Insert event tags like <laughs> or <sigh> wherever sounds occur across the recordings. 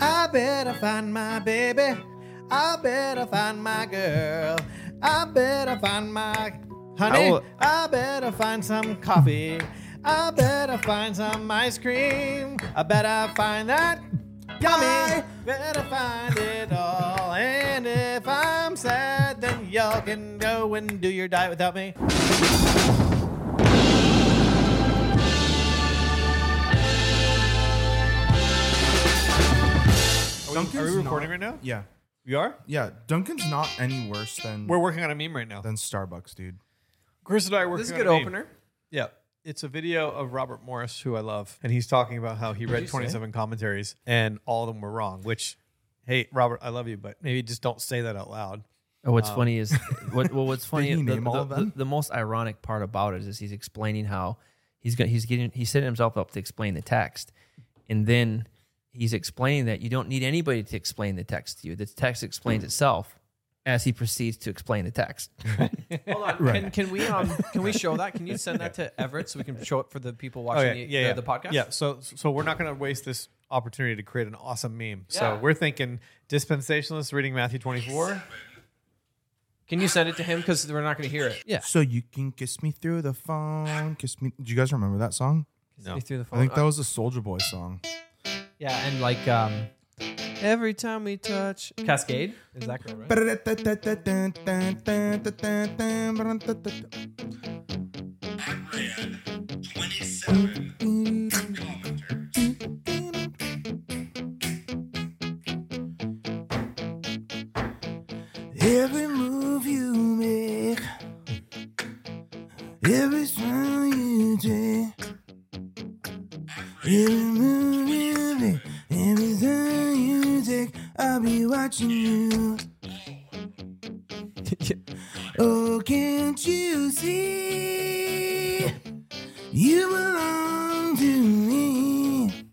I better find my baby. I better find my girl. I better find my honey. I, will- better find some coffee. I better find some ice cream. I better find that yummy. Better find it all. And if I'm sad, then y'all can go and do your diet without me. Duncan's Are we recording not- right now? Yeah. You are? Yeah. Duncan's not any worse than We're working on a meme right now. than Starbucks, dude. Chris and I are working This is a on good a meme. opener. Yeah. It's a video of Robert Morris, who I love, and he's talking about how he read 27 commentaries and all of them were wrong, which, hey, Robert, I love you, but maybe just don't say that out loud. Oh, what's funny <laughs> is what, well, what's funny he the, name all the- of them? the- the most ironic part about it is he's explaining how he's got he's getting he's setting himself up to explain the text, and then he's explaining that you don't need anybody to explain the text to you. The text explains itself as he proceeds to explain the text. Hold <laughs> on. Can, can we um can we show that? Can you send that to Everett so we can show it for the people watching Okay, the, the, the podcast? Oh, Yeah, so so we're not going to waste this opportunity to create an awesome meme. So Yeah. we're thinking dispensationalist reading Matthew 24. Can you send it to him because we're not going to hear it? Yeah. So you can kiss me through the phone. Kiss me. Do you guys remember that song? No. Through the phone. I think that was a Soldier Boy song. yeah, and like um, every time we touch Cascade is that correct? <laughs> That's Right? Every move you make, every smile you take, every move you make, every time you take, I'll be watching you. Oh, can't you see? You belong to me.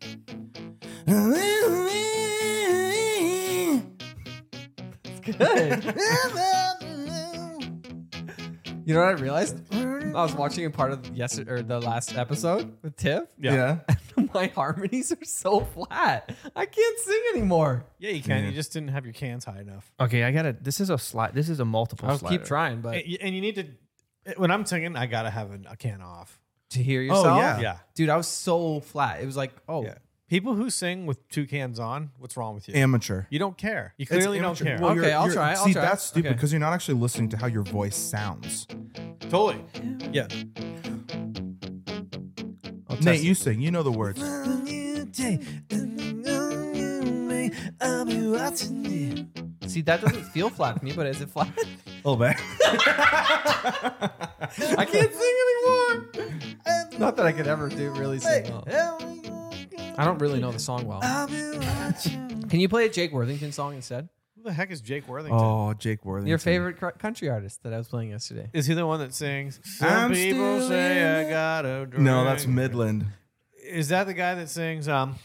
Good. You know what I realized? I Oh, was watching a part of yesterday or the last episode with Tiff. Yeah. <laughs> My harmonies are so flat. I can't sing anymore. Yeah, you can. You just didn't have your cans high enough. <laughs> Okay, I gotta. This is a slide. This is a multiple. I'll slider. keep trying, but And you- and you need to, when I'm singing, I got to have an, a can off. to hear yourself. yeah. Oh, Yeah. Dude, I was so flat. It was like, oh, Yeah. People who sing with two cans on, what's wrong with you? Amateur. You don't care. You clearly don't care. Well, Okay, I'll try, I'll see, try. that's stupid Okay. because you're not actually listening to how your voice sounds. totally. Yeah. Nate, you sing. You know the words. see, that doesn't feel flat to me, but is it flat? little <laughs> bit. I can't sing anymore. Not that I could ever do really sing. well. I don't really know the song well. Can you play a Jake Worthington song instead? Who the heck is Jake Worthington? Oh, Jake Worthington. Your favorite cr- country artist that I was playing yesterday. Is he the one that sings? Some I'm people still say in I it." gotta drink. No, that's Midland. Is that the guy that sings? Um.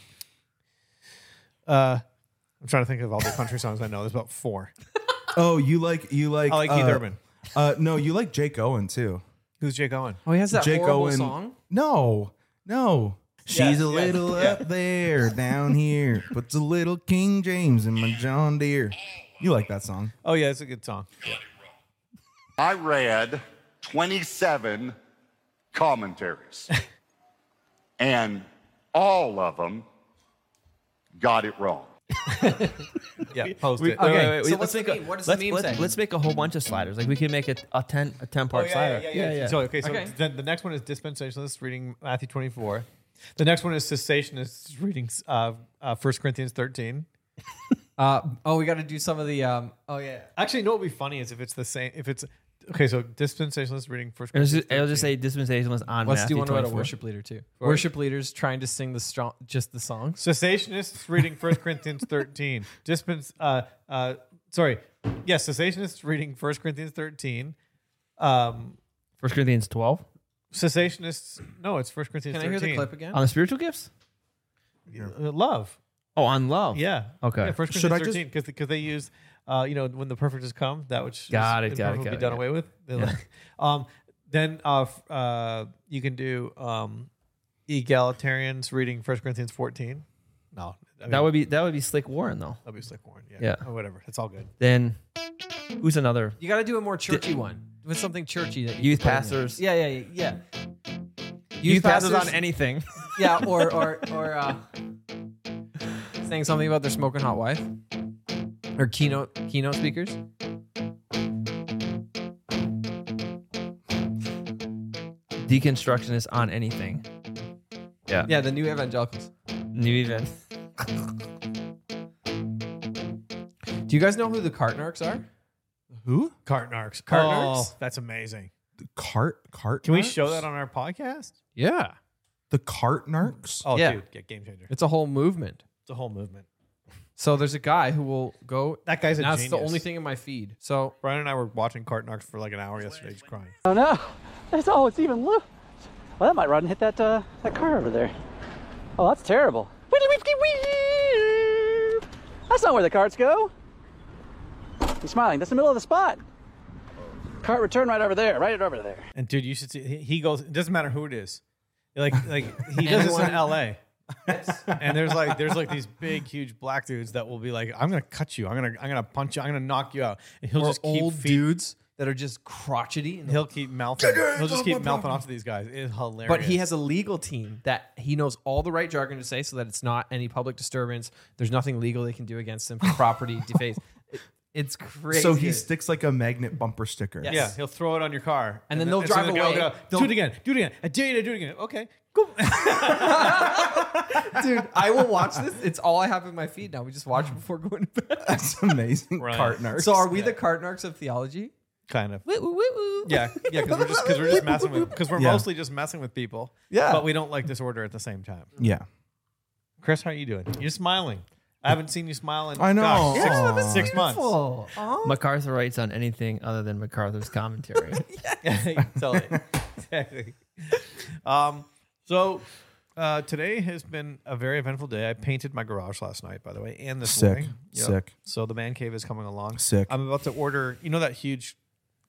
Uh, I'm trying to think of all the country songs I know. There's about four. Oh, you like you like I like Keith uh, Urban. Uh, no, you like Jake Owen too. Who's Jake Owen? Oh, he has that Jake horrible Owen song. No, no. She's a little up there, down here. Puts a little King James in my John Deere. You like that song? Oh yeah, it's a good song. I read 27 commentaries, and all of them got it wrong. Yeah, post it. Okay, wait, Okay, wait, so let's what's the make a- meme? What does the let's, meme let's, say? Oh, let's make a whole bunch of sliders. Like we can make a, a ten a ten part slider. So okay, so Okay. then the next one is dispensationalists reading Matthew 24. The next one is cessationists reading uh, uh, 1 Corinthians 13. Uh, oh, we got to do some of the. Um, oh yeah. Actually, you know what would be funny is if it's the same. If it's okay, so dispensationalists reading First. It'll just, Corinthians it'll just 13. say dispensationalist on. Let's Matthew do one about a 24. worship leader too. Worship leaders trying to sing the strong, just the songs. cessationists reading First Corinthians <laughs> thirteen. Dispens. Uh, uh, sorry. Yes, cessationists reading First Corinthians thirteen. Um, First Corinthians twelve cessationists. No, it's First Corinthians. Can I hear 13. the clip again? on the spiritual gifts. Uh, love. Oh, on love. Yeah. Okay. Yeah, First Should Corinthians I just- thirteen because because they use. Uh, you know when the perfect has come, that which Got is it, got it, imperfect will got be it, done got it. away with. They like- um, then uh, f- uh, you can do um, egalitarians reading First Corinthians fourteen. No, I mean, That would be that would be Slick Warren though. that'd be slick Warren. Yeah. Yeah. Or whatever. It's all good. Then who's another You got to do a more churchy one with something churchy that you youth can put in there. pastors? Yeah, yeah, yeah. yeah. Youth, <laughs> anything. yeah, or or or uh, saying something about their smoking hot wife or keynote keynote speakers. Deconstructionist on anything. Yeah, the new evangelicals. New event. Do you guys know who the Cartnarks are? Who? Cartnarks. Oh, Cartnarks? that's amazing. The cart cart. Can we show that on our podcast? Yeah, the cart narcs? Oh, Yeah. dude, get game changer. it's a whole movement. It's a whole movement. So there's a guy who will go. That guy's a That's genius. the only thing in my feed. So Brian and I were watching Cartnarks for like an hour yesterday, just crying. Oh no, that's oh it's even loose. Well, that might run and hit that uh, that car over there. Oh, that's terrible. That's not where the carts go. He's smiling. That's the middle of the spot. Cart return right over there. Right over there. And dude, you should see. He he goes. It doesn't matter who it is. Like like he does this in L.A. and there's like there's like these big huge black dudes that will be like I'm gonna cut you I'm gonna I'm gonna punch you I'm gonna knock you out and he'll or just keep old feed- dudes that are just crotchety. And he'll keep mouthing he'll just keep mouthing off to these guys it's hilarious but he has a legal team that he knows all the right jargon to say so that it's not any public disturbance. There's nothing legal they can do against him for <laughs> property deface. It- it's crazy. So he sticks like a magnet bumper sticker. Yes. yeah he'll throw it on your car And then they'll so drive the guy will away. go, They'll- do it again do it again I dare you to do it again okay cool <laughs> Dude, I will watch this. It's all I have in my feed now. We <laughs> just watch it before going to bed. <laughs> That's amazing. Right. Cart narcs. So are we the Cartnarks of theology? kind of Woo, woo, woo, woo. yeah yeah because we're just because <laughs> we're just messing with because we're Yeah. mostly just messing with people Yeah. but we don't like disorder at the same time yeah. Chris, how are you doing? You're smiling. I haven't seen you smiling. I know. Yeah, Gosh, that's six, six months. Beautiful. Oh. MacArthur writes on anything other than MacArthur's <laughs> commentary. <laughs> totally. exactly. Um, so uh, today has been a very eventful day. I painted my garage last night, by the way, and this Sick. morning. Yep. Sick. So the man cave is coming along. Sick. I'm about to order. You know that huge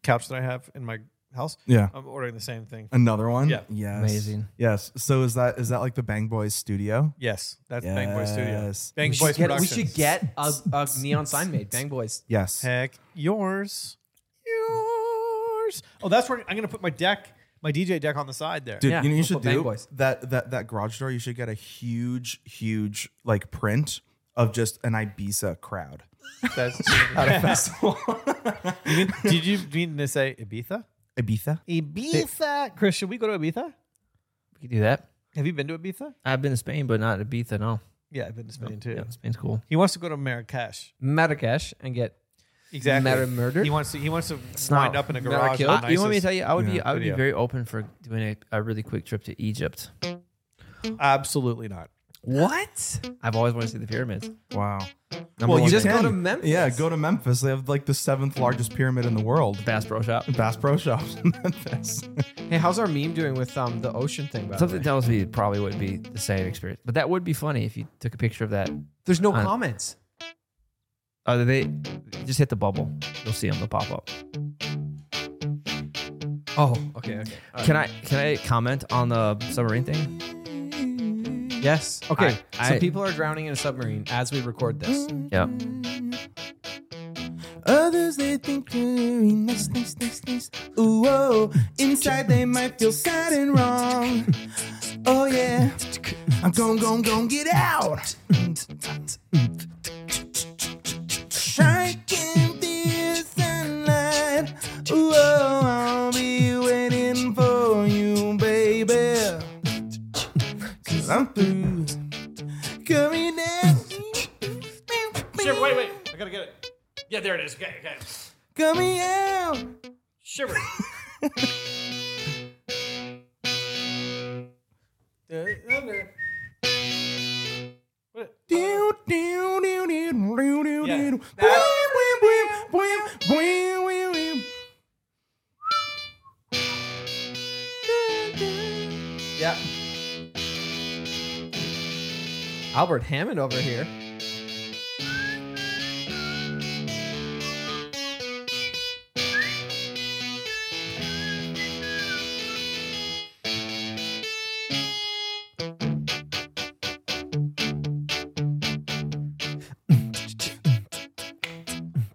couch that I have in my house. Yeah. I'm ordering the same thing. Another one. Yeah. Yes. Amazing. Yes. So is that is that like the Bang Boys studio? Yes, that's Bang Boy Studio. Yes. Bang We Boys should, get, we Productions. should get a, a neon sign made. Bang boys. Yes. Heck, yours. Yours. Oh, that's where I'm going to put my deck, my DJ deck on the side there. Dude, Yeah, you know what you we'll should put Bang do Boys. that that that garage door. You should get a huge, huge like print of just an Ibiza crowd That's, at <laughs> a festival. did you mean to say Ibiza? Ibiza. E- Ibiza. Chris, should we go to Ibiza? We could do that. Have you been to Ibiza? I've been to Spain, but not Ibiza. No, Yeah, I've been to Spain too. yeah, Spain's cool. He wants to go to Marrakesh. Marrakesh and get Exactly. Murder, murder? He wants to. He wants to not- wind up in a Murder garage. killed? with you want me to ISIS. tell you? I would be. Yeah, I would video. be very open for doing a, a really quick trip to Egypt. Absolutely not. what? I've always wanted to see the pyramids. Wow. Well, you one just fan. go to Memphis. Yeah, go to Memphis. They have like the seventh largest pyramid in the world. Bass Pro Shop. Bass Pro Shops in <laughs> <laughs> Memphis. Hey, how's our meme doing with um the ocean thing? By the Something way? tells me it probably would be the same experience, but that would be funny if you took a picture of that. There's no Uh, comments. Uh, they just hit the bubble. You'll see them. They'll pop up. Oh, okay, okay. Can I? Can I comment on the submarine thing? Yes. Okay. I- so I- people are drowning in a submarine as we record this. Yeah. Others they think they're nice, nice, nice, nice. Ooh, oh, inside they might feel sad and wrong. Oh yeah, I'm gon' gon' gon' get out. Striking the sunlight. Ooh, oh, I'll be waiting for you, baby. Cause I'm through. Coming down. Wait, wait. I gotta get it. Yeah, there it is. Okay, okay. Coming out. Shiver. <laughs> Do, do, do, do, do, do, Yeah. do. Bwim, bwim, bwim, bwim, bwim, bwim. Yeah. Albert Hammond over here.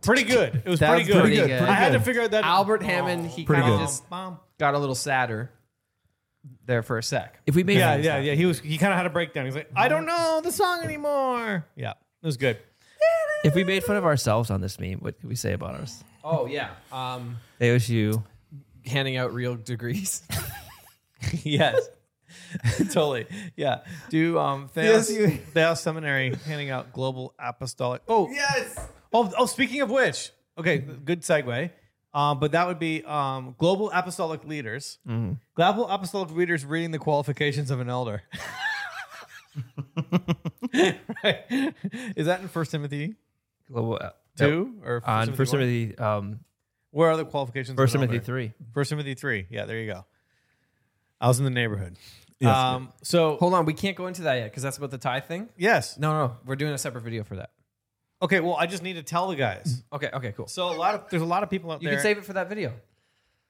pretty good. It was That's pretty good. pretty good, pretty I had good. to figure out that Albert Hammond, he Pretty kind of good. just got a little sadder there for a sec. If we made Yeah, yeah, yeah. He was. He kind of had a breakdown. He's like, I don't know the song anymore. Yeah, it was good. if we made fun of ourselves on this meme, what could we say about us? Oh yeah, um, ASU. handing out real degrees. <laughs> yes, <laughs> totally. <laughs> Yeah. Do um Theos, <laughs> Theos Seminary handing out global apostolic? Oh yes. Oh, oh. Speaking of which, okay, good segue. Um, but that would be um, global apostolic leaders. Mm-hmm. Global apostolic leaders reading the qualifications of an elder. <laughs> right. Is that in First Timothy Global, uh, two or no, on First one? Timothy, um, Where are the qualifications? of First an Timothy elder? three. First Timothy three. Yeah, there you go. I was in the neighborhood. um, so Hold on, we can't go into that yet because that's about the tie thing. yes. No, no, we're doing a separate video for that. Okay. Well, I just need to tell the guys. Okay, okay, cool. So a lot of there's a lot of people out You there. can save it for that video.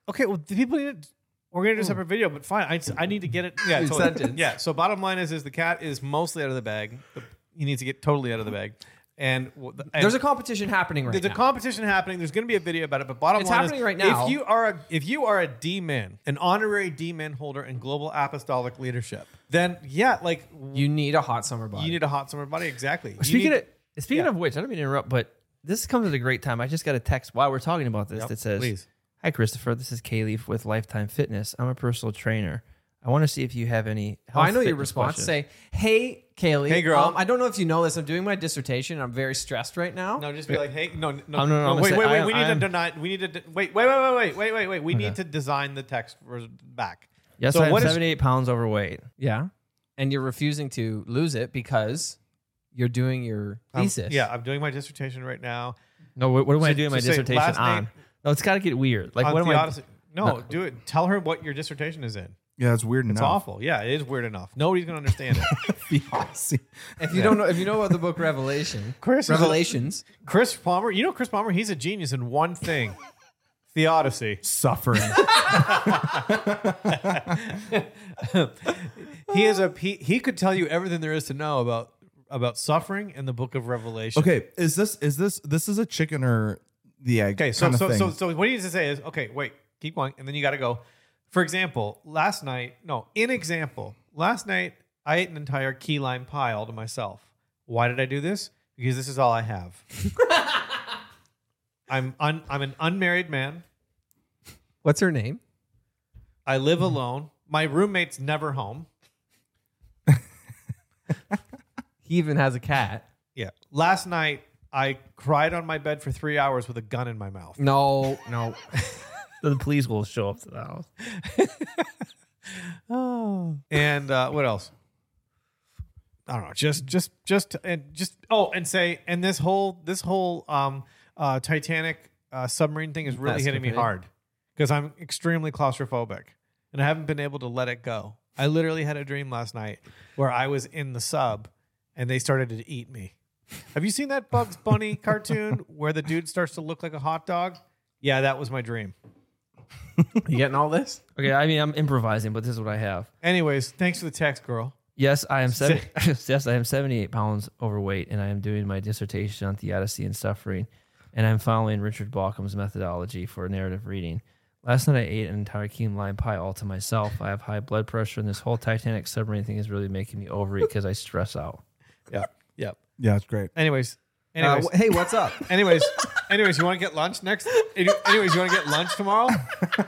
okay. Well, the people need. To, we're gonna do a separate video, but fine. I, I need to get it. <laughs> Yeah. Totally. Hmm. Sentence. Yeah. So bottom line is, is the cat is mostly out of the bag. The, he needs to get totally out of the bag. And, w- the- and There's a competition happening right there's now. a competition happening. There's going to be a video about it. But bottom It's line happening is, right now. if you are a if you are a D man, an honorary D man holder in global apostolic leadership, then yeah, like you need a hot summer body. You need a hot summer body, exactly. You Speaking need- of speaking of which, I don't mean to interrupt, but this comes at a great time. I just got a text while we're talking about this that says, please. "Hi Christopher, this is Kayleaf with Lifetime Fitness. I'm a personal trainer. I want to see if you have any." Oh, Health I know your fitness questions." response. Say, hey, Kaylee. Hey, girl. Um, I don't know if you know this. I'm doing my dissertation. I'm very stressed right now. no, just be like, hey, no, no, no, no, no, I'm gonna wait, say wait, I wait. am- we need I am- to deny. We need to de- wait, wait, wait, wait, wait, wait, wait, wait. We need to design the text res- back. Yes, So I'm what is- 78 pounds overweight. Yeah. And you're refusing to lose it because you're doing your Um, thesis. yeah, I'm doing my dissertation right now. No, what, what am I doing so my say dissertation last name- on? No, it's got to get weird. Like, on what am I? Theodicy- No, do it. Tell her what your dissertation is in. Yeah, it's weird It's enough. awful. Yeah, it is weird enough. Nobody's gonna <laughs> understand it. Theodicy. If you don't know, if you know about the <laughs> book Revelation, Chris, Revelations, Chris Palmer. You know Chris Palmer. He's a genius in one thing. <laughs> Theodicy. Suffering. <laughs> He is a he, he could tell you everything there is to know about about suffering in the book of Revelation. okay, is this is this this is a chicken or the egg? Okay, so kinda so, thing. so so what he needs to say is okay, wait, keep going, and then you got to go. For example, last night, no, in example, last night I ate an entire key lime pie all to myself. Why did I do this? Because this is all I have. I'm un, I'm an unmarried man. what's her name? I live Mm-hmm. alone. My roommate's never home. He even has a cat. Yeah. Last night I cried on my bed for three hours with a gun in my mouth. No, no. <laughs> The police will show up to the house. And uh, what else? I don't know. Just, just, just, and just. Oh, and say, and this whole, this whole um, uh, Titanic uh, submarine thing is really That's hitting me stupid. hard because I'm extremely claustrophobic and I haven't been able to let it go. I literally had a dream last night where I was in the sub and they started to eat me. Have you seen that Bugs <laughs> Bunny cartoon where the dude starts to look like a hot dog? Yeah, that was my dream. You getting all this? Okay, I mean, I'm improvising, but this is what I have. Anyways, thanks for the text, girl. Yes, I <laughs> am seven, <laughs> yes, I am 78 pounds overweight, and I am doing my dissertation on theodicy and suffering, and I'm following Richard Balkum's methodology for narrative reading. Last night I ate an entire key lime pie all to myself. I have high blood pressure, and this whole Titanic submarine thing is really making me overeat because I stress out. Yep. Yep. yeah, it's great. Anyways. Uh, Anyways. wh- hey, what's up? Anyways, anyways, you want to get lunch next? Any- Anyways, you want to get lunch tomorrow?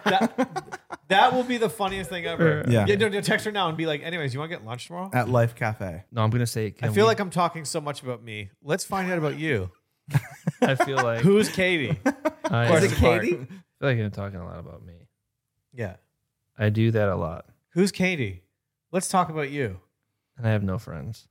That, that will be the funniest thing ever. Yeah. Uh, yeah no, no, text her now and be like, anyways, you want to get lunch tomorrow? At Life Cafe. No, I'm gonna say. I feel like I'm talking so much about me. Let's find out about you. <laughs> I feel like. Who's Katie? <laughs> I, Is I it feel Katie? like I'm talking a lot about me. Yeah. I do that a lot, Who's Katie? Let's talk about you. and I have no friends.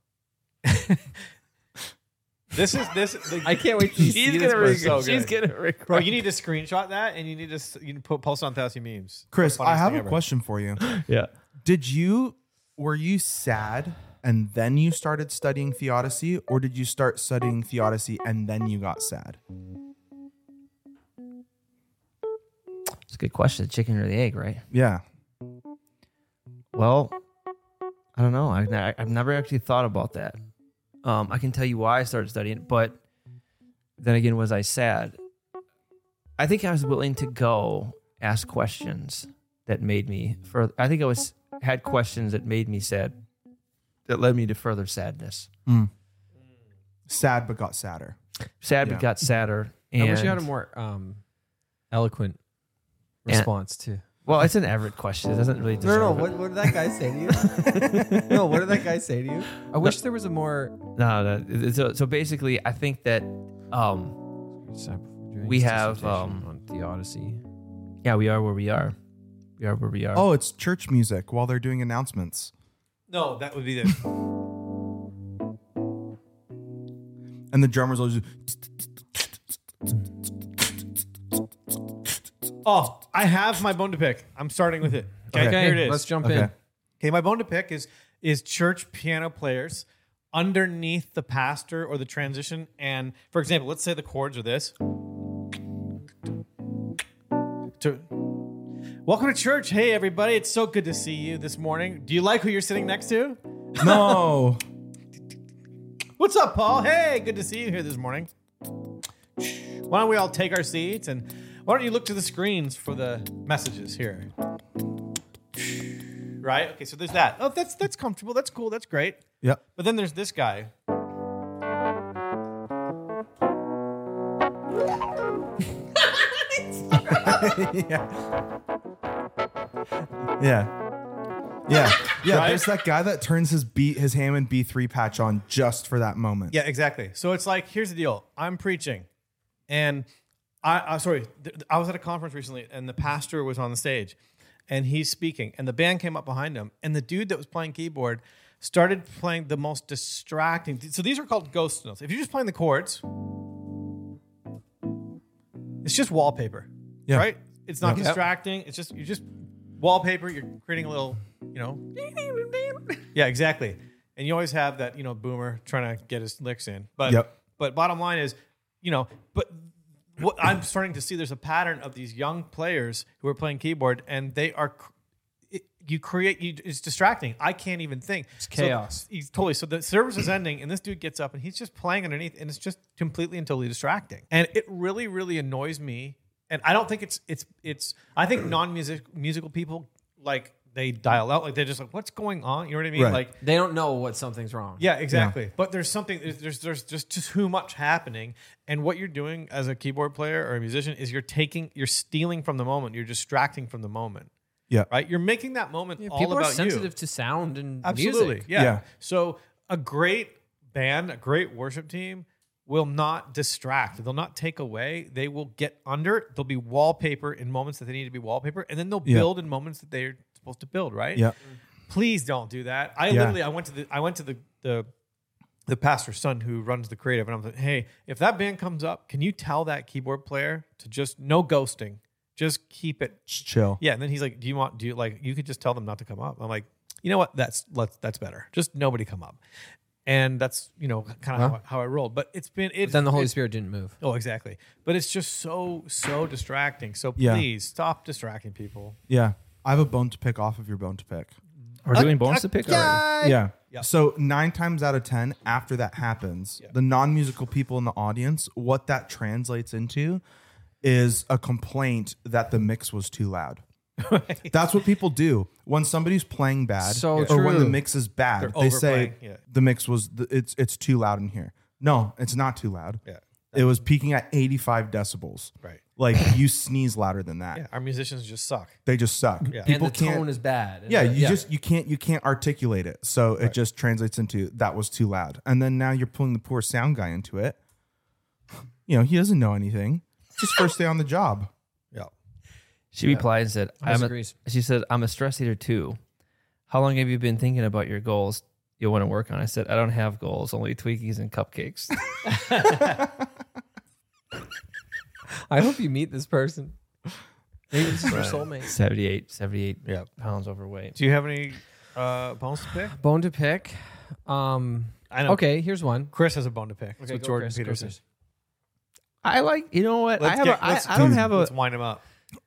This is this. The, I can't wait to see this person. so good. gonna regret. Bro, you need to screenshot that and you need to s- you need to put post on Thousand Memes. Chris, I Funniest have thing a ever. question for you. Yeah. Did you were you sad and then you started studying theodicy, or did you start studying theodicy and then you got sad? It's a good question. The chicken or the egg, right? Yeah. Well, I don't know. I've, ne- I've never actually thought about that. Um, I can tell you why I started studying, it, but then again, was I sad? I think I was willing to go ask questions that made me further. I think I was had questions that made me sad, that led me to further sadness. Sad but got sadder. Sad Yeah. but got sadder. And, I wish you had a more um, eloquent And- response to. well, it's an Everett question. It doesn't really No, deserve no, no. it. What, what did that guy say to you? <laughs> no, what did that guy say to you? I wish there was a more. No, no. So, so basically, I think that, um, We have, um, on the Odyssey. yeah, we are where we are. We are where we are. Oh, it's church music while they're doing announcements. No, that would be the. And the drummer's always Oh, I have my bone to pick. I'm starting with it. Okay, Okay. here it is. Let's jump Okay. in. Okay, my bone to pick is is church piano players underneath the pastor or the transition. And for example, let's say the chords are this. To- Welcome to church. Hey everybody, it's so good to see you this morning. Do you like who you're sitting next to? no. <laughs> What's up, Paul? Hey, good to see you here this morning. Why don't we all take our seats and why don't you look to the screens for the messages here? Right? Okay, so there's that. Oh, that's that's comfortable. That's cool. That's great. Yep. But then there's this guy. Yeah. Yeah. Yeah. There's that guy that turns his B his Hammond B3 patch on just for that moment. Yeah, exactly. So it's like, here's the deal. I'm preaching, and I, I sorry, th- th- I was at a conference recently, and the pastor was on the stage, and he's speaking, and the band came up behind him, and the dude that was playing keyboard started playing the most distracting. So these are called ghost notes. If you're just playing the chords, it's just wallpaper, Yeah. right? It's not Yeah. distracting. It's just you're just wallpaper. You're creating a little, you know. yeah, exactly. And you always have that, you know, boomer trying to get his licks in. But Yep. but bottom line is, you know, but what I'm starting to see there's a pattern of these young players who are playing keyboard and they are cr- it, you create you, it's distracting. I can't even think. It's chaos. he's totally so the service is ending and this dude gets up and he's just playing underneath and it's just completely and totally distracting. And it really really annoys me. And I don't think it's it's it's I think non-music musical people like they dial out like they're just like what's going on? You know what I mean? Right. Like They don't know what something's wrong. yeah, exactly. But there's something there's- there's there's just too much happening, and what you're doing as a keyboard player or a musician is you're taking you're stealing from the moment, you're distracting from the moment, Yeah. right? You're making that moment all people about are sensitive you. to sound and Absolutely, music. Yeah. Yeah. So a great band, a great worship team will not distract. They'll not take away. They will get under. it. They'll be wallpaper in moments that they need to be wallpaper, and then they'll Yeah. build in moments that they're supposed to build. Right? Yeah. please don't do that. I Yeah. literally I went to the I went to the the the pastor's son who runs the creative and I'm like, hey, if that band comes up, can you tell that keyboard player to just no ghosting, just keep it. Just chill. Yeah, and then he's like, do you want do you like you could just tell them not to come up? I'm like, you know what? That's let's that's better. Just nobody come up. And that's you know kind of how, I- how I rolled. But it's been it's But then the Holy it's- Spirit didn't move. Oh, exactly. But it's just so so distracting. So Yeah. please stop distracting people. Yeah. I have a bone to pick off of your bone to pick. We're doing bonus to pick already. Yeah. Yep. So nine times out of ten, after that happens, the non-musical people in the audience, what that translates into is a complaint that the mix was too loud. That's what people do when somebody's playing bad, So or when the true. mix is bad. They're they say overplaying, yeah. the mix was th- it's it's too loud in here. No, it's not too loud. Yeah. It was peaking at 85 decibels. Right. Like you sneeze louder than that. Yeah, our musicians just suck. They just suck. And People the can't tone is bad. And yeah the- you just you can't you can't articulate it so it just translates into that was too loud and then now you're pulling the poor sound guy into it you know he doesn't know anything it's his first day on the job She replied and said, I'm a, Disagrees. she said, I'm a stress eater too. How long have you been thinking about your goals you want to work on? I said, I don't have goals, only Twinkies and <laughs> cupcakes. I hope you meet this person. Maybe this is your soulmate. 78, 78 Yep. pounds overweight. Do you have any uh, bones to pick? Bone to pick. Um, I know. okay, here's one. Chris has a bone to pick. It's with Jordan Peterson. I like, you know what? Let's I, have get- a, I, let's I don't do- have a, Let's wind him up.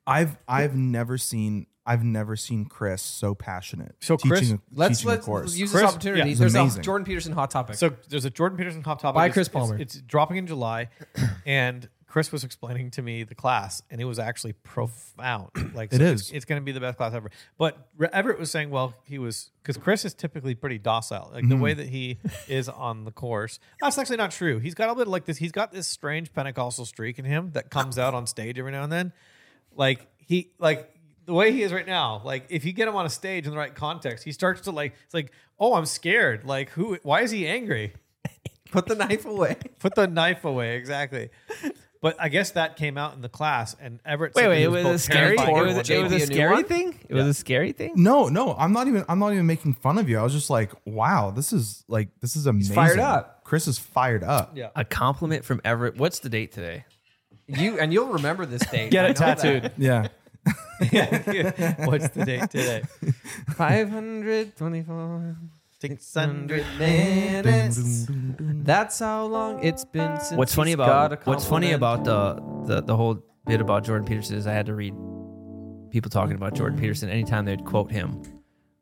i've i've never seen i've never seen chris so passionate So, Chris, teaching a, Let's teaching a let's course use Chris- this opportunity. yeah, it's There's a amazing. Jordan Peterson hot topic. So there's a Jordan Peterson hot topic By It's- Chris it's- Palmer. It's, dropping in July, <clears throat> and Chris was explaining to me the class, and it was actually profound. <clears throat> Like It so is. it's, it's going to be the best class ever. But Re- Everett was saying, well, he was because Chris is typically pretty docile, like Mm-hmm. the way that he is on the course. That's actually not true. He's got a bit like this. He's got this strange Pentecostal streak in him that comes out on stage every now and then. Like he, like the way he is right now. Like if you get him on a stage in the right context, he starts to like. It's like, oh, I'm scared. Like who? Why is he angry? Put the knife away. Put the knife away. Exactly. But I guess that came out in the class, and Everett. Wait, said wait, he it was a both scary. terrified It and was, it was wondered- a Maybe a new scary one? thing. It was a scary thing. No, no, I'm not even. I'm not even making fun of you. I was just like, wow, this is like, this is amazing. fired up. Chris is fired up. Yeah. A compliment from Everett. What's the date today? You and you'll remember this date. Get I it know that. tattooed. Yeah. What's the <laughs> date <laughs> today? 524 Six hundred. minutes. That's how long it's been since. What's funny he's got a about what's funny compliment. about the, the the whole bit about Jordan Peterson is I had to read people talking about Jordan Peterson. Anytime they'd quote him,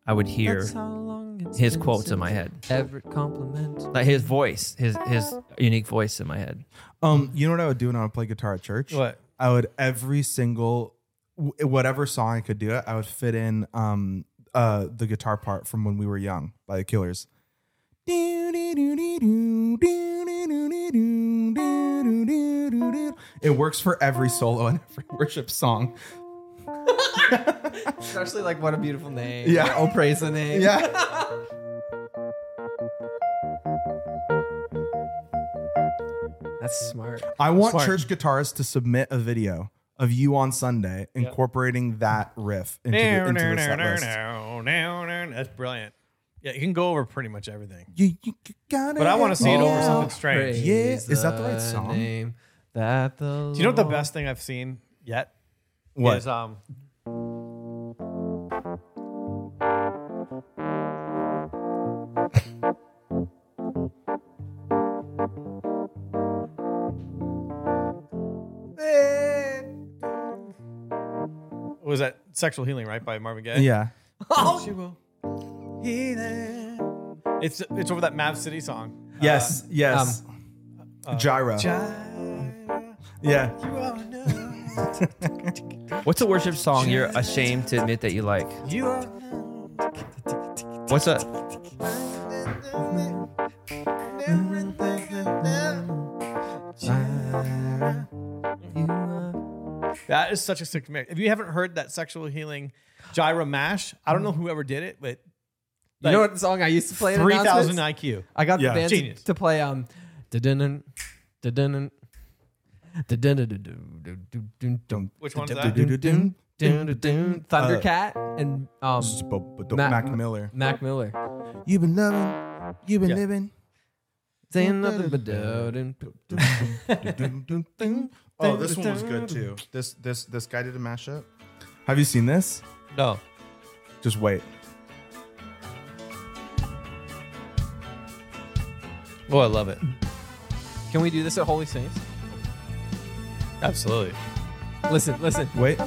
I would hear That's how long it's his been quotes in since my head, Everett compliment. like his voice, his his unique voice in my head. Um, you know what I would do when I would play guitar at church? What? I would every single wh- whatever song I could do it, I would fit in um uh the guitar part from when we were young by the Killers. It works for every solo and every <laughs> worship song. Especially like what a beautiful name. Yeah. Oh, praise the name. Yeah. That's smart. <laughs> I want church guitarists to submit a video of you on Sunday incorporating that riff into the, into the set list. That's brilliant. Yeah, you can go over pretty much everything. You, you got But I want to see it over now. Oh, something strange. Praise Yeah, is that the right song? Name that the Do you know what the Lord- best thing I've seen yet? What? Is, um, was that sexual healing right by Marvin Gaye? Yeah. It's it's over that Mav City song. Yes. yes. um, uh, Gyro. yeah. What's a worship song you're ashamed to admit that you like? You are What's a That is such a sick mix. If you haven't heard that sexual healing gyro mash, I don't know whoever did it, but You know what song I used to play? in three thousand announcements? IQ. I got Yeah. the band Genius. to, to play um dun dun Which one's Dun, that? dun, dun, dun, dun, dun. Thundercat and um Spoke- Mac- Mac Miller. Mac Miller. You've been loving. You've <laughs> been living. Saying nothing but dun- dun- Oh, this one was good too. This this this guy did a mashup. Have you seen this? No. Just wait. Oh, I love it. Can we do this at Holy Saints? Absolutely. Listen, listen. Wait.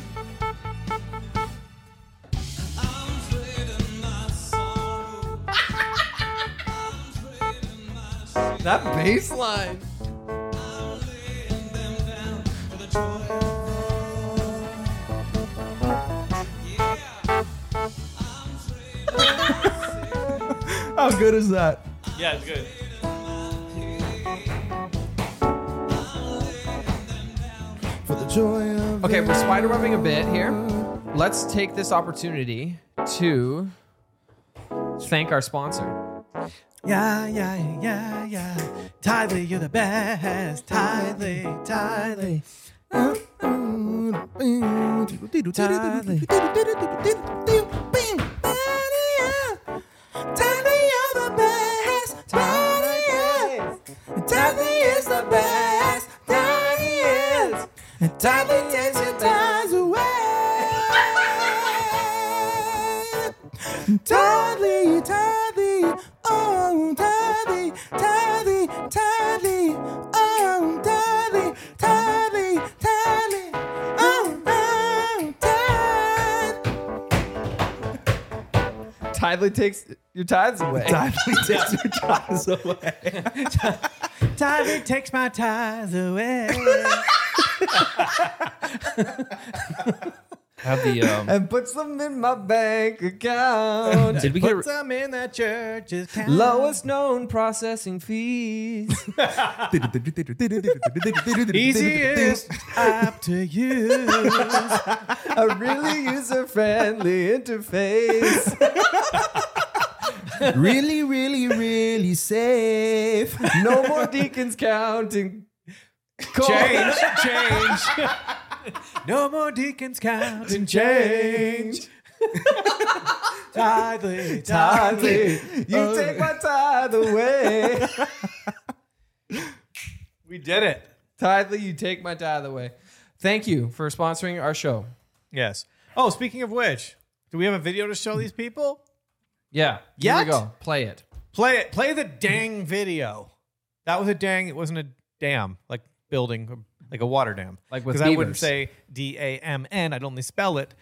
That bass line. How good is that? Yeah, it's good. For the joy of Okay, we're spider webbing a bit here. Let's take this opportunity to thank our sponsor. Yeah, yeah, yeah, yeah. Tidley, you're the best. Tidley, Tidley. Tidley, Tidley, oh, Tidley, Tidley, Tidley, oh, Tidley, Tidley, Tidley, oh, oh, Tidley. Tidley takes your tithes away. Tidley takes your <laughs> ties away. Tidley takes my ties away. Have the <laughs> um, and puts them in my bank account. did we get Puts 'em in <laughs> that church's count. Lowest known processing <laughs> fees. Easiest app to use. A really user friendly interface. really, really, <laughs> really safe. No more deacons counting. Coins. change, change. <laughs> no more deacons counting change. Tidely, Hardly. You take my tithe away. We did it. Tithely, you take my <laughs> tithe away. Thank you for sponsoring our show. Yes. Oh, speaking of which, do we have a video to show these people? Yeah. Here Yet? we go. Play it. Play it. Play the dang video. That was a dang. It wasn't a dam, like building, like a water dam. Like with I wouldn't beavers. say D A M N. I'd only spell it,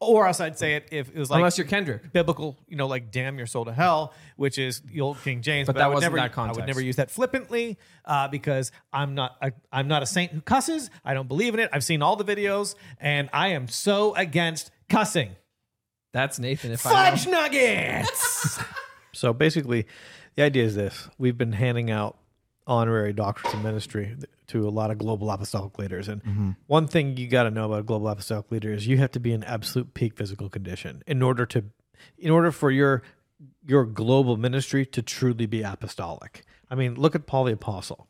or else I'd say it if it was like Unless you're Kendrick. biblical, you know, like damn your soul to hell, which is the old King James. But, that I would wasn't never, that context. I would never use that flippantly uh, because I'm not a, I'm not a saint who cusses. I don't believe in it. I've seen all the videos, and I am so against cussing. That's Nathan. If I know. Fudge nuggets. <laughs> so basically, the idea is this: we've been handing out honorary doctorates in ministry to a lot of global apostolic leaders, and one thing you got to know about a global apostolic leader is you have to be in absolute peak physical condition in order to, in order for your your global ministry to truly be apostolic. I mean, look at Paul the apostle.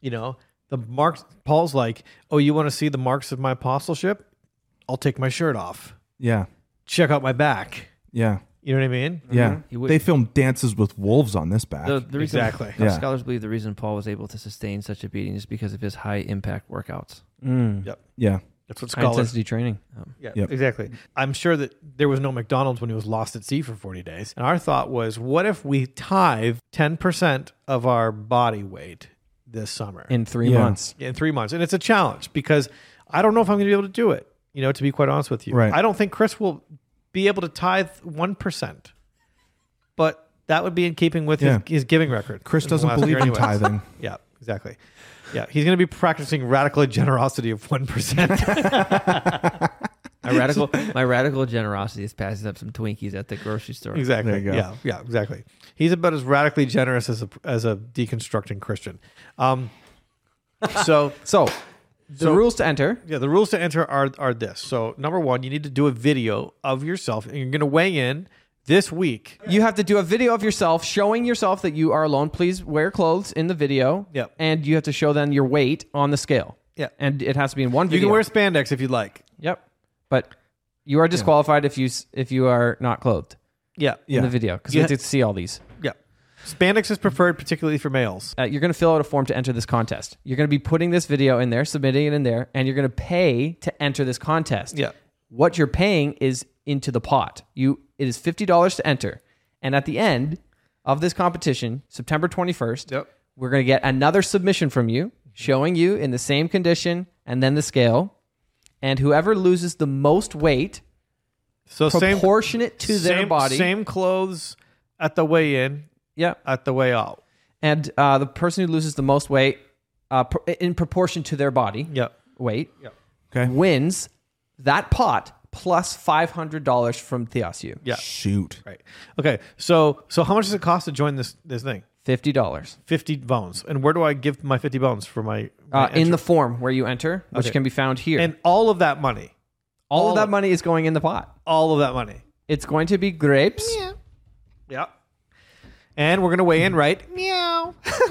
You know, the marks. Paul's like, "Oh, you want to see the marks of my apostleship? I'll take my shirt off. Yeah, Check out my back." yeah, You know what I mean? yeah. He would- They filmed dances with wolves on this back. the, the reason Exactly. some Yeah. scholars believe the reason Paul was able to sustain such a beating is because of his high impact workouts. Mm-hmm. Um, yeah, That's what High scholars. intensity training. Yeah, Yep. exactly. I'm sure that there was no McDonald's when he was lost at sea for 40 days. And our thought was, what if we tithe 10% of our body weight this summer In three Yeah. months. in three months? And it's a challenge because I don't know if I'm going to be able to do it. You know, to be quite honest with you, Right. I don't think Chris will be able to tithe 1%, but that would be in keeping with Yeah. his, his giving record. Chris from doesn't last year believe in anyways. tithing. <laughs> Yeah, exactly. Yeah, he's going to be practicing radical generosity of 1%. My radical, my radical generosity is passing up some Twinkies at the grocery store. Exactly. There you go. Yeah, yeah, exactly. He's about as radically generous as a as a deconstructing Christian. Um, so So, the rules to enter. yeah, the rules to enter are are this. So number one, you need to do a video of yourself, and you're going to weigh in this week. You have to do a video of yourself showing yourself that you are alone. Please wear clothes in the video. Yep. And you have to show them your weight on the scale. Yeah. And it has to be in one You video. can wear spandex if you'd like. Yep. But you are disqualified if you s- if you are not clothed Yeah, in Yeah. the video because Yeah. we have to see all these. yeah. Spandex is preferred, particularly for males. Uh, you're going to fill out a form to enter this contest. You're going to be putting this video in there, submitting it in there, and you're going to pay to enter this contest. Yeah. What you're paying is into the pot. You it is fifty dollars to enter, and at the end of this competition, September 21st, Yep. we're going to get another submission from you, showing you in the same condition and then the scale, and whoever loses the most weight So same proportionate to their same- body. same clothes at the weigh in, Yeah. at the weigh out. And uh, the person who loses the most weight uh, pro- in proportion to their body Yeah, weight Okay. wins that pot plus $500 from Theosu. yeah. Shoot. Right. Okay. So so how much does it cost to join this this thing? $50 Fifty bones. And where do I give my fifty bones for my, my uh, in entry? the form where you enter, which Okay. can be found here. and all of that money, all, all- of that money is going in the pot. all of that money. It's going to be grapes. Yeah. And we're gonna weigh in, right?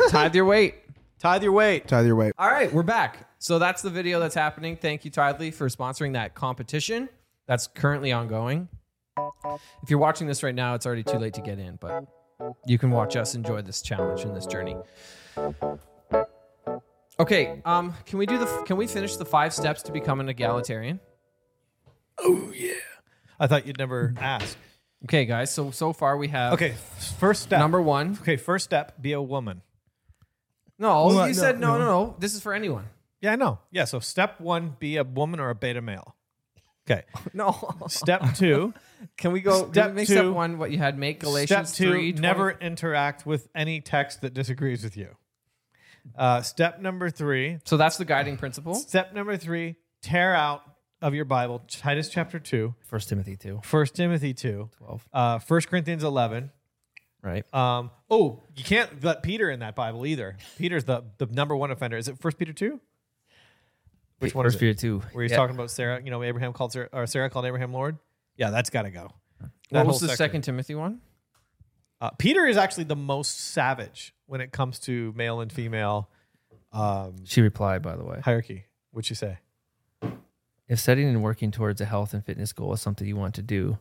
Tithe your weight. Tithe your weight. Tithe your way. All right, we're back. So that's the video that's happening. Thank you, Tidley, for sponsoring that competition that's currently ongoing. If you're watching this right now, it's already too late to get in, but you can watch us enjoy this challenge and this journey. Okay, um, can we do the? Can we finish the five steps to become an egalitarian? I thought you'd never ask. Okay, guys. So so far we have Okay. First step. number one. Okay. First step. Be a woman. No, Well, you no, said no, no. no, no. This is for anyone. Yeah, I know. Yeah. So step one: be a woman or a beta male. Okay. <laughs> No. Step two. Can we go? Step make step two. one. What you had? Make Galatians step two: three. 20 never interact with any text that disagrees with you. Uh, step number three. So that's the guiding principle. Step number three. Tear out of your Bible Titus chapter two, First Timothy two. 1 Timothy two, 12. uh, 1 Corinthians eleven. Right. Um, oh, you can't let Peter in that Bible either. Peter's the, the number one offender. Is it First Peter two? Which one First is it? Peter two. Where he's Yeah. talking about Sarah, you know, Abraham called Sarah, or Sarah called Abraham Lord. Yeah, that's got to go. That what whole was the section. second Timothy one? Uh, Peter is actually the most savage when it comes to male and female um, She replied, by the way. hierarchy. What'd you say? If setting and working towards a health and fitness goal is something you want to do,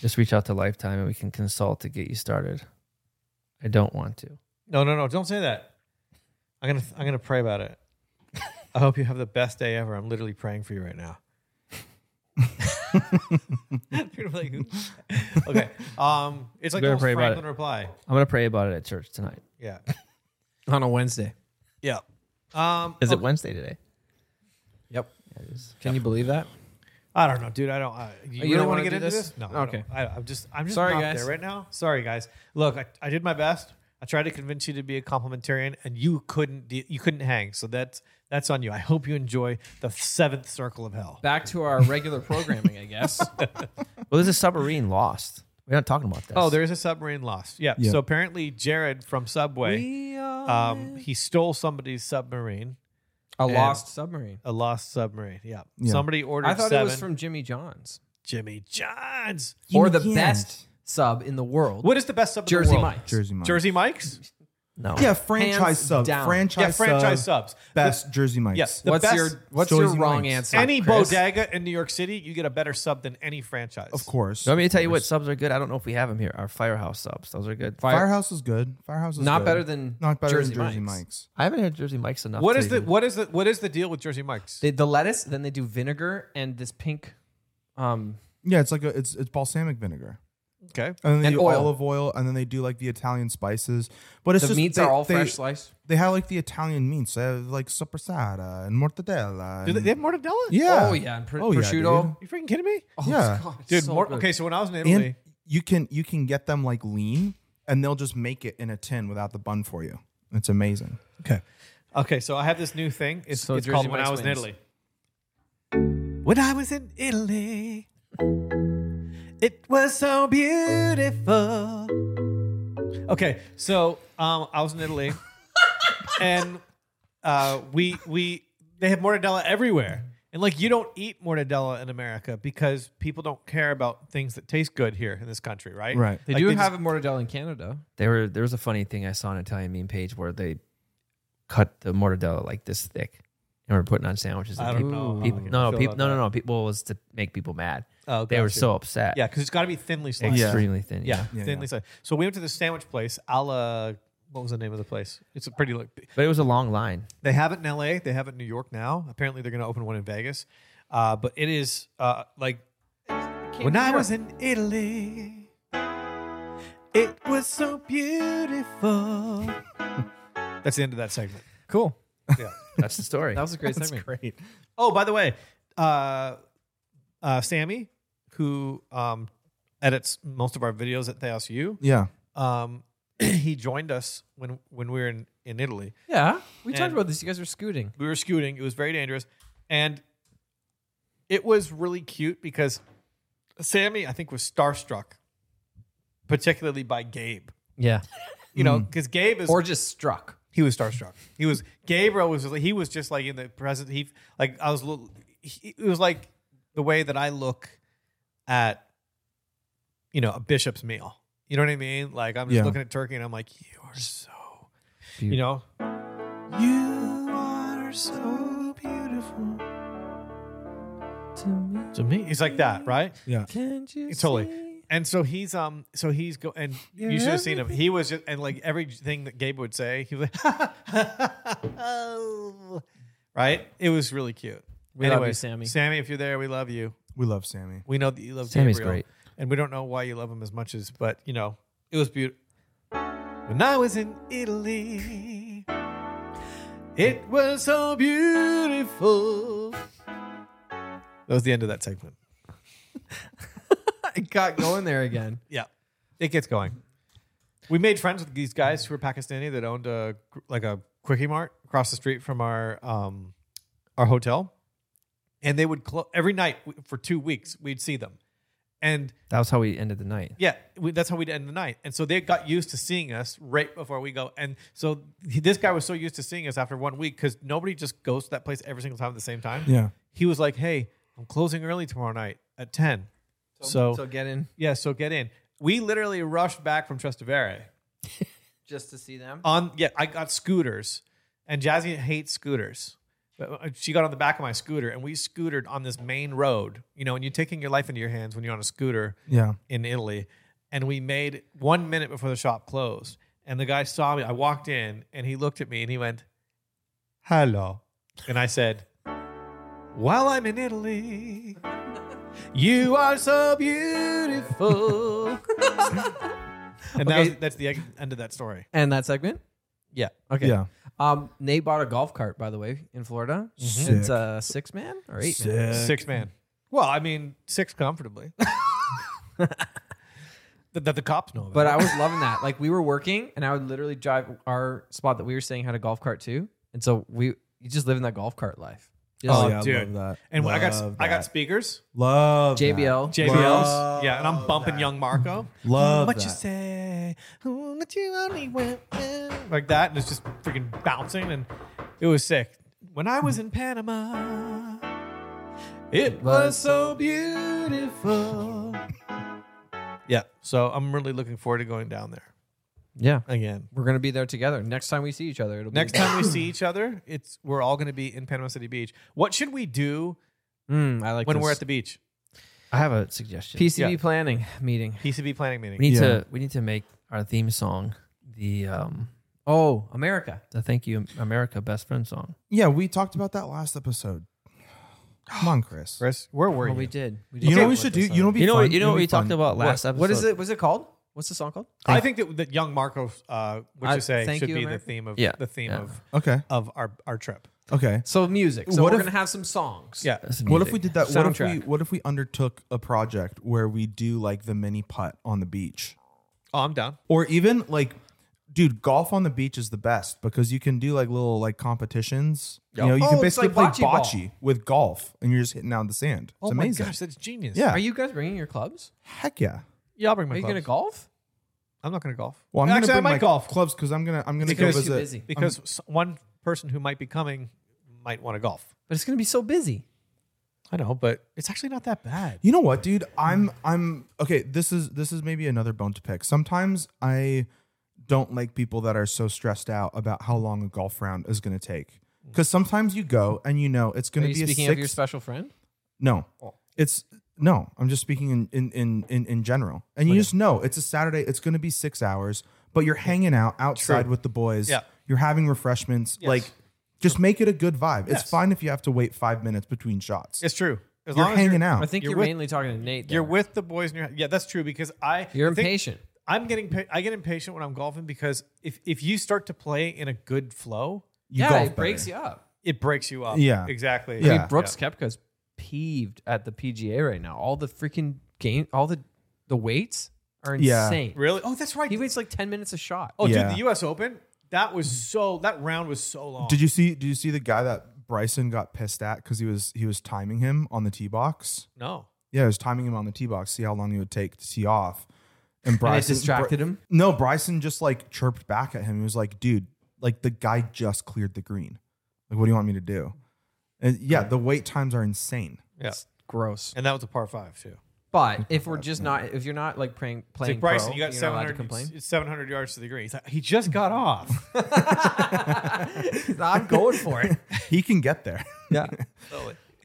just reach out to Lifetime and we can consult to get you started. I don't want to. No, no, no! Don't say that. I'm gonna, I'm gonna pray about it. <laughs> I hope you have the best day ever. I'm literally praying for you right now. You're like, okay. Um, it's like Better the most pray about Franklin it. reply. I'm gonna pray about it at church tonight. Yeah, On a Wednesday. yeah. Um, Is it Wednesday today? Yep. It is. Can you believe that? I don't know, dude. I don't. I, you, don't don't wanna want to get do into this? this? No. Okay. Okay. I am just. I'm just Sorry, not guys. there right now. Sorry, guys. Look, I, I did my best. I tried to convince you to be a complementarian, and you couldn't. de- You couldn't hang. So that's that's on you. I hope you enjoy the seventh circle of hell. Back to our regular programming, I guess. <laughs> Well, there's a submarine lost. We're not talking about this. Oh, there is a submarine lost. Yeah. So apparently, Jared from Subway, um, he stole somebody's submarine, A lost submarine. a lost submarine. Yeah. Yeah. Somebody ordered. I thought seven. it was from Jimmy John's Jimmy John's. or the can't. best sub in the world. What is the best sub? in the Jersey world? Mike's. Jersey Mike's. Jersey Mike's. no. Yeah, franchise Hands sub. down. Franchise Yeah, franchise sub. subs. Best Jersey Mike's. Yes. the What's best your What's Jersey your wrong Mike's. answer? any Chris? bodega in New York City, you get a better sub than any franchise. Of course. Do you want me to tell you what subs are good? I don't know if we have them here. Our firehouse subs. Those are good. Fire- Firehouse is good. Firehouse is Not good. better than not better Jersey than Jersey Mike's. Mike's. I haven't had Jersey Mike's enough. What to is the even- what is the what is the deal with Jersey Mike's? They, the lettuce, then they do vinegar and this pink. Um, Yeah, it's like a it's it's balsamic vinegar. okay, And then they And do oil. olive oil, and then they do like the Italian spices. But it's the just meats they, are all they, fresh sliced. They have like the Italian meats. They have like soppressata and mortadella. do they, and- they have mortadella? yeah. Oh yeah, and pr- Oh, yeah, prosciutto. you freaking kidding me, yeah. Oh, God, it's dude? so mor- good. okay, so when I was in Italy, And you can you can get them like lean, and they'll just make it in a tin without the bun for you. It's amazing. okay, okay, so I have this new thing. It's, So it's Jersey called When Mike's I Was in wins. Italy. When I was in Italy, it was so beautiful. Okay, so um, I was in <laughs> Italy, and uh, we we they have mortadella everywhere, and like you don't eat mortadella in America because people don't care about things that taste good here in this country, right? Right. They Like, do just- have a mortadella in Canada. There were there was a funny thing I saw on an Italian meme page where they cut the mortadella like this thick and were putting on sandwiches. and I people, don't know. people- how I no, feel people, no, about no, no. People was to make people mad. that. Oh, They were gotcha. so upset. yeah, because it's got to be thinly sliced. extremely thin. Yeah, Yeah, thinly yeah. sliced. So we went to the sandwich place, a la, what was the name of the place? It's a pretty, look. but it was a long line. they have it in LA, they have it in New York now. Apparently they're going to open one in Vegas. Uh, but it is uh, like, when I was in Italy, it was so beautiful. That's the end of that segment. Cool. Yeah. That's the story. That was a great segment. Great. Oh, by the way, uh, uh, Sammy, who um, edits most of our videos at Theos U, Yeah. um, <clears throat> he joined us when when we were in, in Italy. Yeah, we And- talked about this. You guys are scooting. We were scooting. It was very dangerous, and it was really cute because Sammy, I think, was starstruck, particularly by Gabe. Yeah, You know, because Gabe is or just struck. he was starstruck. He was Gabriel was he was just like in the present. He like I was a little. He, it was like the way that I look at you know a bishop's meal. You know what I mean? Like I'm just Yeah. looking at turkey and I'm like, you are so, you know, you are so beautiful <laughs> to me. He's like that, right? Yeah. totally. And so he's um, so he's go and you should have seen him. He was just and like everything that Gabe would <laughs> say, he was like, right. It was really cute. We love you, Sammy. Sammy, if you're there, we love you. We love Sammy. We know that you love Sammy's Gabriel, great. and we don't know why you love him as much as, but you know, it was beautiful. When I was in Italy, it was so beautiful. That was the end of that segment. It got going there again. Yeah, it gets going. We made friends with these guys who were Pakistani that owned a gr- like a Quickie Mart across the street from our um, our hotel, and they would close every night w- for two weeks. We'd see them, and That was how we ended the night. yeah, we, that's how we'd end the night. And so they got used to seeing us right before we go. And so he, this guy was so used to seeing us after one week because nobody just goes to that place every single time at the same time. Yeah. He was like, "Hey, I'm closing early tomorrow night at 10. So, So get in yeah, so get in." We literally rushed back from Trastevere just to see them. on yeah i got scooters and jazzy hates scooters But, uh, she got on the back of my scooter and we scootered on this main road you know and you're taking your life into your hands when you're on a scooter Yeah. in italy and we made one minute before the shop closed and the guy saw me i walked in and he looked at me and he went hello and i said while i'm in italy you are so beautiful <laughs> and that was, that's the e, end of that story <laughs> And that segment? Yeah. Okay. Yeah. Um, Nate bought a golf cart, by the way, in Florida. It's Sick. a six man or eight man. Sick. Six man. Well, I mean, six <laughs> comfortably. <laughs> that, that the cops know about. But I was loving that. Like we were working, and I would literally drive our spot that we were staying had a golf cart too, and so we you just live in that golf cart life. Um, Just Oh, like yeah, dude. love that. and when I got Love I that. got speakers, love that. JBL. JBLs, Love yeah, and I'm bumping Young Marco. Love what that. you say? Ooh, that you only want me. like that, and it's just freaking bouncing, and it was sick. When I was in Panama, it was so beautiful. yeah, so I'm really looking forward to going down there yeah. again. We're gonna be there together. Next time we see each other, it'll Next be time we see each other, it's we're all going to be in Panama City Beach. What should we do Mm, I like when we're this. at the beach? I have a suggestion. PCB yeah. planning meeting. PCB planning meeting. We need Yeah. to we need to make our theme song the um Oh, America. the thank you America best friend song. Yeah, we talked about that last episode. Come on, Chris. Chris, where were Well, you? we did. We did You know talk what we about should do? this You know, already. what would be You know fun? you know It'd what be we talked fun. about last episode. What is it? Was it called? What's the song called? I think that, that Young Marco, uh, what I- you say, thank should you, be America. the theme of Yeah, the theme yeah. of Okay. of our our trip. Okay. So music. So What we're if- gonna have some songs. Yeah, That's What if music. we did that? What if we, Soundtrack. what if we undertook a project where we do like the mini putt on the beach? oh, I'm down. Or even like, dude, golf on the beach is the best because you can do like little like competitions. You know, you Oh, can it's basically like play bocce ball. bocce with golf and you're just hitting down the sand. It's oh amazing. my gosh, that's genius. Yeah. Are you guys bringing your clubs? Heck yeah. yeah, I'll bring my. Are you clubs. gonna golf? I'm not gonna golf. Well, I'm actually, gonna I bring my might golf clubs because I'm gonna I'm gonna Because go you're too visit. busy. because s one person who might be coming might want to golf. But it's gonna be so busy. I know, but it's actually not that bad. You know what, dude? I'm I'm okay. This is this is maybe another bone to pick. Sometimes I don't like people that are so stressed out about how long a golf round is going to take. Because sometimes you go and you know it's Are going to you be a speaking six. of your special friend? no, it's no. I'm just speaking in in in in, in general, and you just know it's a Saturday. It's going to be six hours, but you're hanging out outside with the boys. Yeah. you're having refreshments. Like, just make it a good vibe. It's fine if you have to wait five minutes between shots. It's true. As you're long as hanging out. I think You're you're, with- mainly talking to Nate. You're there. with the boys in your yeah, that's true because I You're the thing- impatient. I'm getting pa- I get impatient when I'm golfing because if if you start to play in a good flow, you yeah, golf it breaks better. you up. it breaks you up. Yeah. exactly. Yeah. I mean, Brooks Koepka's peeved at the PGA right now. All the freaking game, all the the weights are Yeah. insane. really. Oh, that's right. He waits like ten minutes a shot. oh, Yeah. dude, the U.S. Open that was so that round was so long. Did you see? Did you see the guy that Bryson got pissed at because he was he was timing him on the tee box? No, Yeah, he was timing him on the tee box. See how long he would take to tee off. And Bryson distracted him? No, Bryson just like chirped back at him. He was like, "Dude, like the guy just cleared the green. Like, what do you want me to do?" And yeah, the wait times are insane. yeah, It's gross. and that was a par five too. But if we're just not, if you're not like playing It's playing like Bryson, pro, you got you're not allowed to 700, complain. it's 700 yards to the green. He's like, he just got off. <laughs> I'm going for it. <laughs> He can get there. <laughs> Yeah.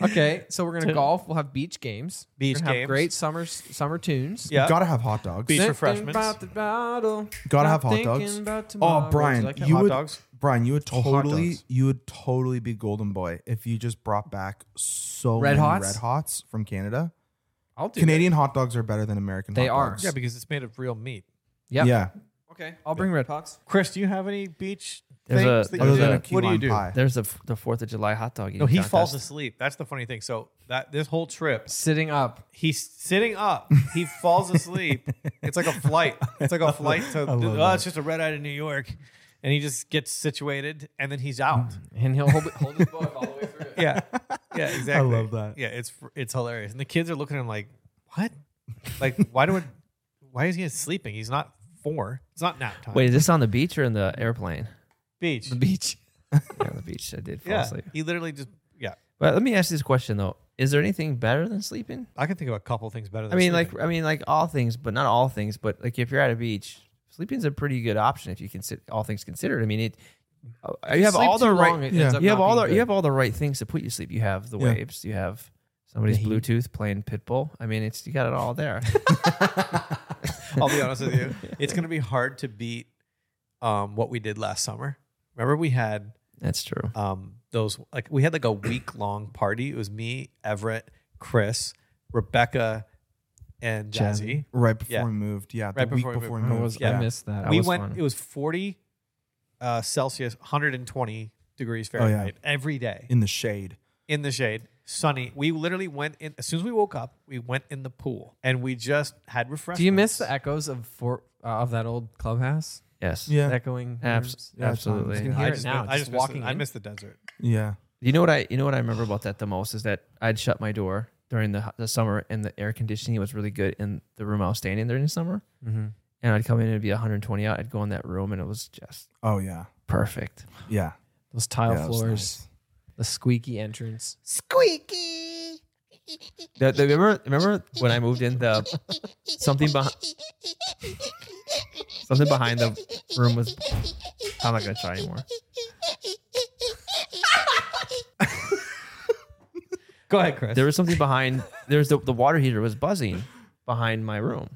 okay, so we're gonna golf. We'll have beach games. Beach We're gonna games. Have great summer summer tunes. yeah, Gotta have hot dogs. Beach- Thinking refreshments. about the bottle, Gotta not have hot thinking dogs. about tomorrow. Oh, Would Brian, you you, like to- hot would, dogs? Brian, you would Oh, hot totally, dogs. you would totally be golden boy if you just brought back so Red many Hots? red hots from Canada. I'll do Canadian. Canadian hot dogs are better than American. They hot are. dogs. yeah, because it's made of real meat. Yeah. Yeah. Okay, I'll bring Red Hawks. Chris, do you have any beach There's things? a- that Other you there's than Yeah. a do? key What do you lime do? pie. There's the f- the 4th of July hot dog eating No, he contest. falls asleep. That's the funny thing. So that this whole trip, Sitting up. he's sitting up. <laughs> He falls asleep. it's like a flight. It's like a flight to. oh, it's just a red eye to New York. and he just gets situated and then he's out. and he'll hold, <laughs> hold his book all the way through. <laughs> yeah, yeah, exactly. love that. Yeah, it's fr- it's hilarious, and the kids are looking at him like, "What? Like, why do it? Why is he sleeping? He's not four. It's not nap time. Wait, is this on the beach or in the airplane? beach. The beach. Yeah, on the beach. I did fall yeah, asleep. he literally just yeah. But let me ask this question though: Is there anything better than sleeping? I can think of a couple things better. than I mean, sleeping. like I mean, like all things, but not all things. But like if you're at a beach, sleeping's a pretty good option if you consider all things considered. I mean, it uh, you have Sleep all the too right long, it yeah. ends up you have not all the being you good. have all the right things to put you to sleep. You have the Yeah. waves. You have somebody's Bluetooth playing Pitbull. I mean, it's you got it all there. I'll be honest with <laughs> you, it's gonna be hard to beat um, what we did last summer. Remember, we had That's true. um, those like we had like a week long party. It was me, Everett, Chris, Rebecca, and Jazzy. Right before Yeah. we moved. Yeah. The Right week before we before we moved. I moved. was. Yeah. I missed that. That we was went. fun. It was forty uh, Celsius, hundred and twenty degrees Oh, Fahrenheit every day in the shade. in the shade, sunny. We literally went in as soon as we woke up. We went in the pool and we just had refreshments. Do you miss the echoes of Fort uh, of that old clubhouse? Yes. Yeah. Echoing. Abs- rooms? Yeah, it's fine. absolutely. It's You can hear I it just, now. I just walking. walking. I in. miss the desert. Yeah. You know what I you know what I remember about that the most is that I'd shut my door during the the summer and the air conditioning was really good in the room I was staying in during the summer. Mhm. And I'd come in and it'd be 120 out. I'd go in that room and it was just Oh yeah. perfect. Yeah. those tile Yeah, that was floors. nice. The squeaky entrance. The, the- remember remember when I moved in the something behind something behind the room was I'm not gonna try anymore. Go ahead, Chris. There was something behind there's the the water heater was buzzing behind my room.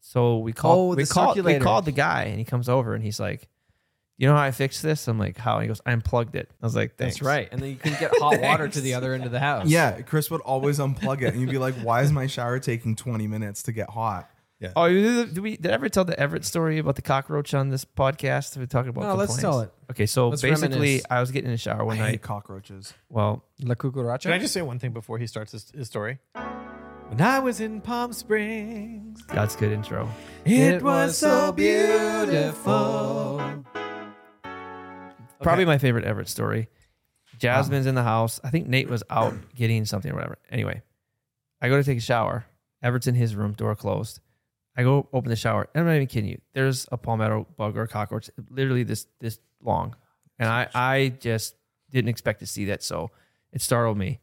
So we called Oh, we the called circulator. we called the guy and he comes over and he's like, You know how I fixed this? I'm like, How? And he goes, I unplugged it. I was like, Thanks. That's <laughs> right. And then you can get hot water to the other end of the house. Yeah. Chris would always unplug it and you'd be like, why is my shower taking 20 minutes to get hot? Oh, you- did we did I ever tell the Everett story about the cockroach on this podcast? We're talking about No, let's complaints. tell it. Okay, so Let's basically reminisce. I was getting in the shower I one hate night. cockroaches. <laughs> Well, La cucaracha. Can I just say one thing before he starts his, his story? When I was in Palm Springs, that's good intro. It was so beautiful. Probably my favorite Everett story. Jasmine's in the house. I think Nate was out getting something or whatever. Anyway, I go to take a shower. Everett's in his room, door closed. I go open the shower. And I'm not even kidding you. There's a palmetto bug or cockroach, literally this this long. And I, I just didn't expect to see that. So it startled me.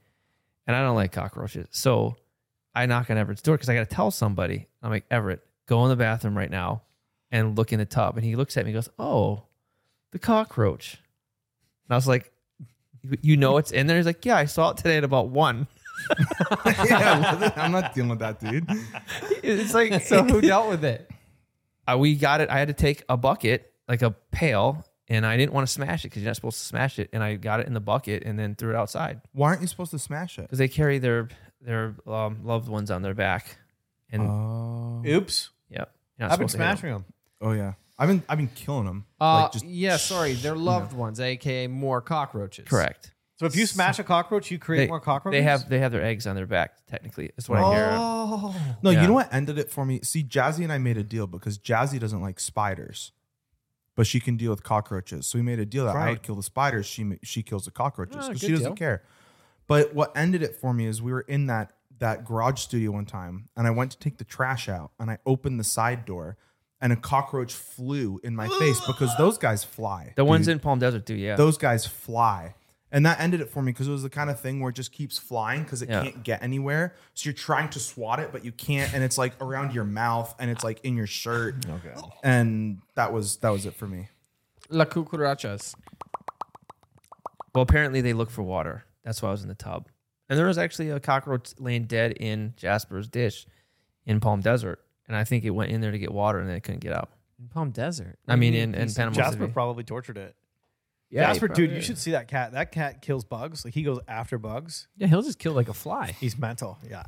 And I don't like cockroaches. So I knock on Everett's door because I got to tell somebody. I'm like, Everett, go in the bathroom right now and look in the tub. And he looks at me and goes, Oh, the cockroach. And I was like, You know it's in there? He's like, Yeah, I saw it today at about one. yeah. I'm not dealing with that, dude. It's like, so who dealt with it? I, we got it. I had to take a bucket, like a pail, and I didn't want to smash it because you're not supposed to smash it. And I got it in the bucket and then threw it outside Why aren't you supposed to smash it? because they carry their their um, loved ones on their back. And Uh, Oh. oops, yeah, you're not I've been supposed to hit 'em. smashing him. Oh yeah. I've been I've been killing them. Uh, yeah, sorry. They're loved ones, aka more cockroaches. Correct. So if you smash a cockroach, you create They- more cockroaches. They have they have their eggs on their back. Technically, that's what I hear. Oh, No, Yeah. you know what ended it for me? See, Jazzy and I made a deal because Jazzy doesn't like spiders, but she can deal with cockroaches. So we made a deal that I would Right. kill the spiders, she ma- she kills the cockroaches Ah, because good she doesn't deal. care. But what ended it for me is we were in that that garage studio one time, and I went to take the trash out, and I opened the side door, and a cockroach flew in my face because those guys fly. The ones dude. in Palm Desert too. Yeah, those guys fly. And that ended it for me because it was the kind of thing where it just keeps flying because it Yeah. can't get anywhere. So you're trying to swat it, but you can't, and it's like around your mouth and it's like in your shirt. Okay. And that was that was it for me. la cucarachas. Well, apparently they look for water. That's why I was in the tub. And there was actually a cockroach laying dead in Jasper's dish in Palm Desert. And I think it went in there to get water and then it couldn't get out. In Palm Desert. I mean, in, in Panama Jasper City. probably tortured it. Yeah, Jasper, he dude, probably- you should see that cat. That cat kills bugs. Like he goes after bugs. Yeah, he'll just kill like a fly. He's mental. Yeah,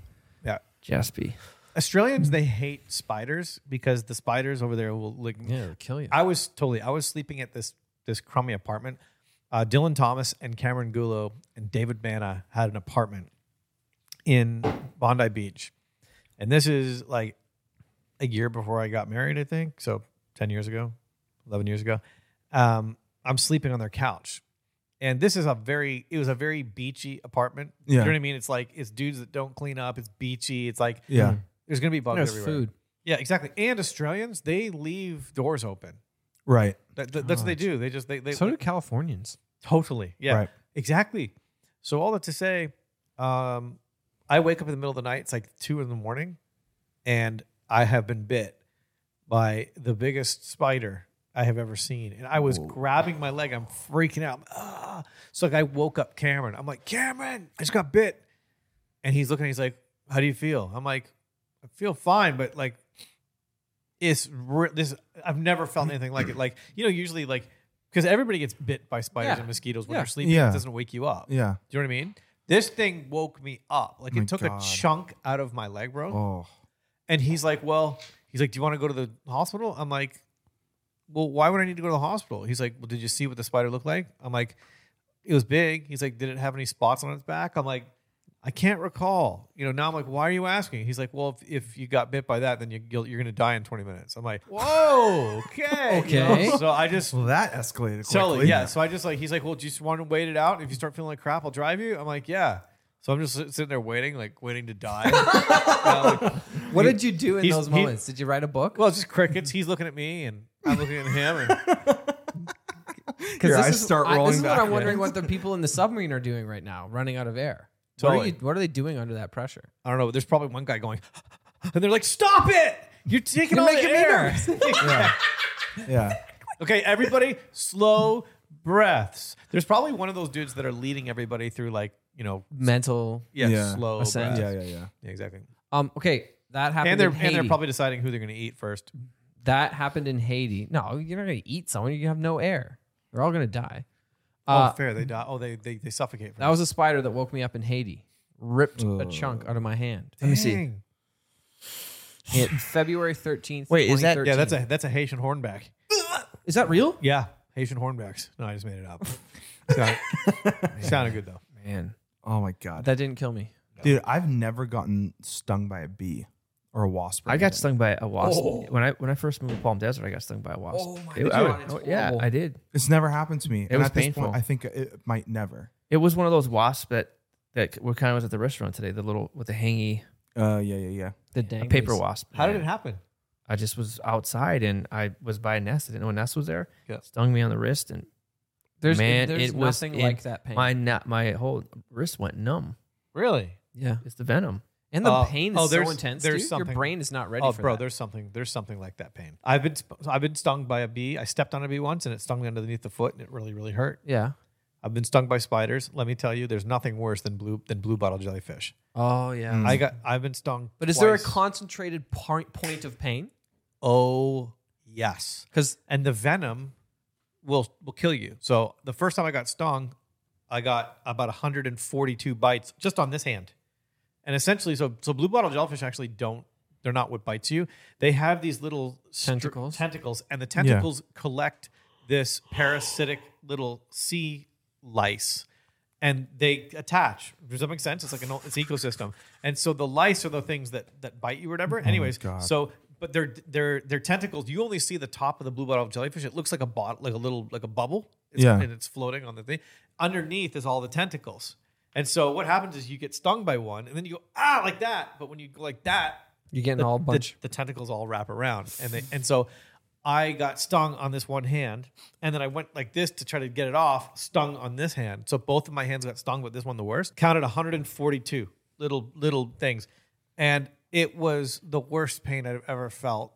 yeah. Jaspy. Australians they hate spiders because the spiders over there will like. Yeah, he'll kill you. I was totally. I was sleeping at this this crummy apartment. Uh, Dylan Thomas and Cameron Gulo and David Bana had an apartment in Bondi Beach, and this is like a year before I got married, I think. So ten years ago, eleven years ago, um, I'm sleeping on their couch. And this is a very, it was a very beachy apartment. You Yeah. know what I mean? It's like, it's dudes that don't clean up. It's beachy. It's like, Yeah. there's going to be bugs There's everywhere. food. Yeah, exactly. And Australians, they leave doors open. Right. That, that- that's what they do. They just, they, they So do Californians. totally. Yeah, Right. exactly. So all that to say, um, I wake up in the middle of the night. It's like two in the morning and I have been bit by the biggest spider I have ever seen. And I was grabbing my leg. I'm freaking out. Ah. So like I woke up Cameron. I'm like, Cameron, I just got bit. And he's looking. He's like, How do you feel? I'm like, I feel fine, but like, it's re- this. I've never felt anything like it. Like you know, usually like because everybody gets bit by spiders Yeah. and mosquitoes when Yeah. you're sleeping. Yeah. It doesn't wake you up. Yeah. Oh Do you know what I mean? This thing woke me up. Like My it took God. a chunk out of my leg, bro. Oh. And he's like, Well, he's like, Do you want to go to the hospital? I'm like, Well, why would I need to go to the hospital? He's like, Well, did you see what the spider looked like? I'm like, It was big. He's like, Did it have any spots on its back? I'm like, I can't recall. You know, now I'm like, Why are you asking? He's like, Well, if, if you got bit by that, then you, you'll, you're going to die in 20 minutes. I'm like, <laughs> Whoa, okay. You know? Okay. So I just Well, that escalated quickly. Totally, yeah. So I just like he's like, well, do you just want to wait it out? If you start feeling like crap, I'll drive you. I'm like, yeah. So I'm just sit- sitting there waiting, like waiting to die. And I'm like, What did you do in he's- those he- moments? did you write a book? well, it's just crickets. He's looking at me, and I'm looking at him. And Because Your eyes start rolling this is what back I'm wondering in. what the people in the submarine are doing right now, running out of air. What, are Totally. you, what are they doing under that pressure? I don't know. but There's probably one guy going, <laughs> and they're like, stop it! You're taking all the air. <laughs> Yeah. Okay, everybody, slow breaths. There's probably one of those dudes that are leading everybody through, like you know, Mental. yeah, Yeah. slow Ascent. breaths. Yeah. Yeah. Yeah. Yeah, exactly. Um. Okay, that happened. And they're in Haiti. and they're probably deciding who they're going to eat first. that happened in Haiti. No, you're not going to eat someone. You have no air. They're all going to die. Uh, oh, fair. They die. Oh, they they, they suffocate. First. That was a spider that woke me up in Haiti. Ripped a chunk out of my hand. Let me see. It, February 13th. Wait, is that- 2013. Yeah, that's a that's a Haitian hornback. Is that real? Yeah, Haitian hornbacks. No, I just made it <laughs> up. Sound- sounded good though. Man, Oh my god, that didn't kill me. dude! I've never gotten stung by a bee or a wasp. or I got anything. stung by a wasp when I when I first moved to Palm Desert. I got stung by a wasp. Oh my It- I God, would- it's oh, yeah, horrible. I did. It's never happened to me. and was at this painful. point, I think it might never. It was one of those wasps that that were kind of was at the restaurant today. The little with the hangy Uh, yeah, yeah, yeah. The a dang paper wasp. How did it happen? I just was outside and I was by a nest. I didn't know a nest was there. Yeah. Stung me on the wrist and There's, man, there's it was nothing in like that pain. my na- my whole wrist went numb. Really? yeah. It's the venom. And the Uh, pain is oh, so there's- intense. there's dude. Your something- brain is not ready Oh, for bro, that. there's something. There's something like that pain. I've been sp- I've been stung by a bee. I stepped on a bee once and it stung me underneath the foot and it really really hurt. yeah. I've been stung by spiders. Let me tell you, there's nothing worse than blue than blue bottle jellyfish. Oh, yeah. Mm. I got I've been stung. But is there a twice. concentrated point, point of pain? Oh yes. Because and the venom will will kill you. So the first time I got stung, I got about 142 bites just on this hand. And essentially, so so blue bottle jellyfish actually don't they're not what bites you. They have these little str- Tentacles. tentacles, and the tentacles collect this parasitic little sea lice, and they attach. Does that make sense? It's like an o- it's an ecosystem, and so the lice are the things that that bite you or whatever. Anyways, Oh God. so but their their their tentacles. You only see the top of the blue bottle jellyfish. It looks like a bot, like a little like a bubble. It's, Yeah. and it's floating on the thing. Underneath is all the tentacles. And so what happens is you get stung by one, and then you go ah like that. But when you go like that, you're getting the, all the- bunch. The, tentacles all wrap around, and they and so I got stung on this one hand, and then I went like this to try to get it off, stung on this hand. So both of my hands got stung, but this one the worst. Counted 142 little little things, and it was the worst pain I've ever felt.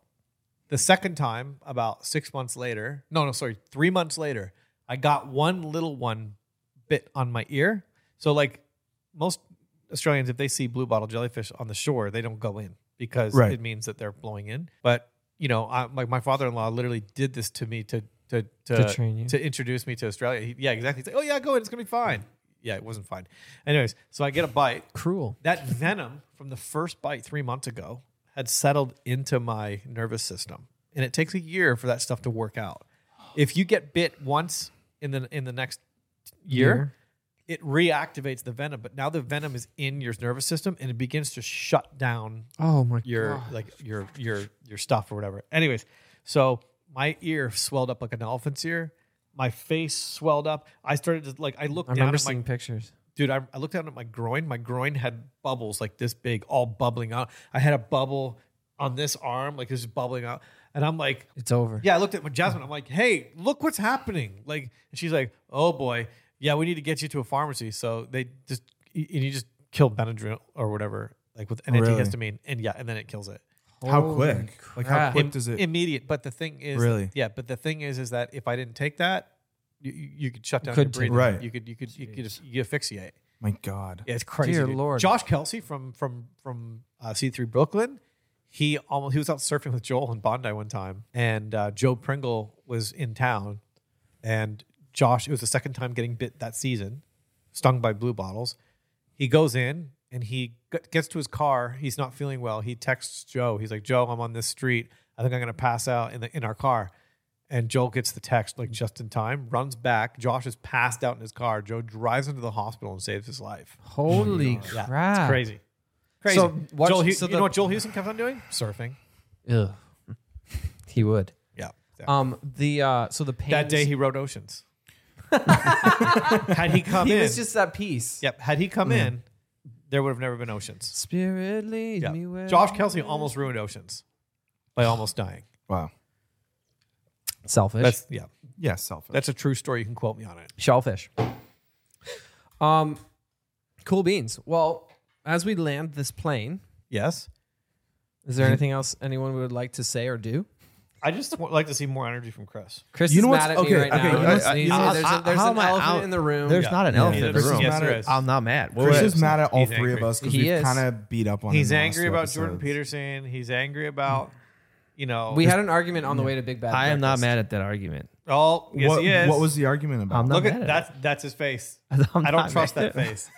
The second time, about six months later, no, no, sorry, three months later, I got one little one bit on my ear. So like most Australians, if they see blue bottle jellyfish on the shore, they don't go in because Right. it means that they're blowing in. But you know, I, like my father-in-law literally did this to me to to to, To train you. to introduce me to Australia. He, yeah, exactly. He's like, oh yeah, go in. It's gonna be fine. Yeah, it wasn't fine. Anyways, so I get a bite. cruel. That venom from the first bite three months ago had settled into my nervous system, and it takes a year for that stuff to work out. If you get bit once in the in the next year, it reactivates the venom, but now the venom is in your nervous system and it begins to shut down Oh, my your like your your your stuff or whatever. Anyways, so my ear swelled up like an elephant's ear. My face swelled up. I started to like. I looked I down remember at my seeing pictures. dude. I, I looked down at my groin. My groin had bubbles like this big, all bubbling out. I had a bubble on this arm, like it's bubbling out. And I'm like, It's over. yeah, I looked at my Jasmine. I'm like, hey, look what's happening. Like, and she's like, oh boy, yeah, we need to get you to a pharmacy. So they just y- and you just kill Benadryl or whatever, like with an Really? antihistamine, and yeah, and then it kills it. How quick? Like how crap. quick does it? Immediate. But the thing is, Really? yeah. But the thing is, is that if I didn't take that, you, you you could shut down could your take breathing. it. Right. You could you could you could you asphyxiate. my God. Yeah, it's crazy. Dear dude. Lord. Josh Kelsey from from from uh, C three Brooklyn. He almost he was out surfing with Joel and Bondi one time, and uh, Joe Pringle was in town, and Josh. It was the second time getting bit that season, stung by blue bottles. He goes in and he g- gets to his car. He's not feeling well. He texts Joe. He's like, "Joe, I'm on this street. I think I'm gonna pass out in the in our car." And Joel gets the text like just in time, runs back. Josh is passed out in his car. Joe drives him to the hospital and saves his life. Holy Yeah, crap! it's crazy. Crazy. So watch- Joel, Hu- so you the- know what Joel Houston kept on doing? Surfing. Ugh. <laughs> he would. Yeah. Um. The uh. So the pain. that day he rode <laughs> oceans. had he come He in, was just that piece. yep. Had he come in, there would have never been oceans. Spirit lead Yeah. me where. Josh Kelsey almost ruined oceans by almost dying. Wow. Selfish. That's yeah. Yeah, selfish. That's a true story. You can quote me on it. shellfish. Um, cool beans. Well, as we land this plane, Yes. is Mm-hmm. there anything else anyone would like to say or do? I just would like to see more energy from Chris. Chris You is know what's- mad at me okay, right okay, now. you know what's- He's- you know what's- there's a- there's How an am I elephant out? in the room. There's not an elephant in the there's- room. yes, there is. I'm not mad. What Chris was- is mad at all He's three of angry. us because He we is. kind of beat up on. He's him angry last about episodes. Jordan Peterson. He's angry about you know we had an argument on the way to Big Bad. I am not Breakfast. mad at that argument. <laughs> Oh yes what, he is. what was the argument about? I'm not Look mad at at that's that's his face. I'm I not don't trust that mad <laughs> face.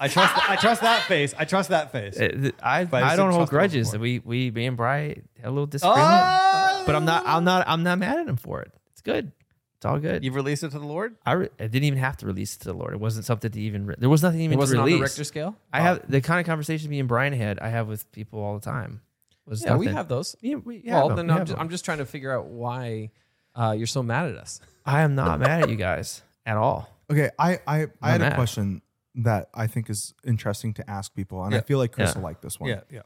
I trust I trust that face. I trust that face. Uh, th- I it's I a don't hold trust grudges. report. We we me and Bry had a little Oh! disagreement, Oh! but I'm not I'm not I'm not mad at him for it. It's good. It's all good. You've released it to the Lord. I, re- I didn't even have to release it to the Lord. It wasn't something to even. Re- there was nothing It even wasn't to on release. the Richter scale. I have the kind of conversation me and Brian had. I have with people all the time. Was Yeah, we nothing. have those. Yeah, we have well, them. then We I'm have just, them. I'm just trying to figure out why uh, you're so mad at us. I am not mad at you guys at all. Okay, I I, I had Not a mad. question that I think is interesting to ask people, and I feel like Chris Yeah. will like this one. yeah.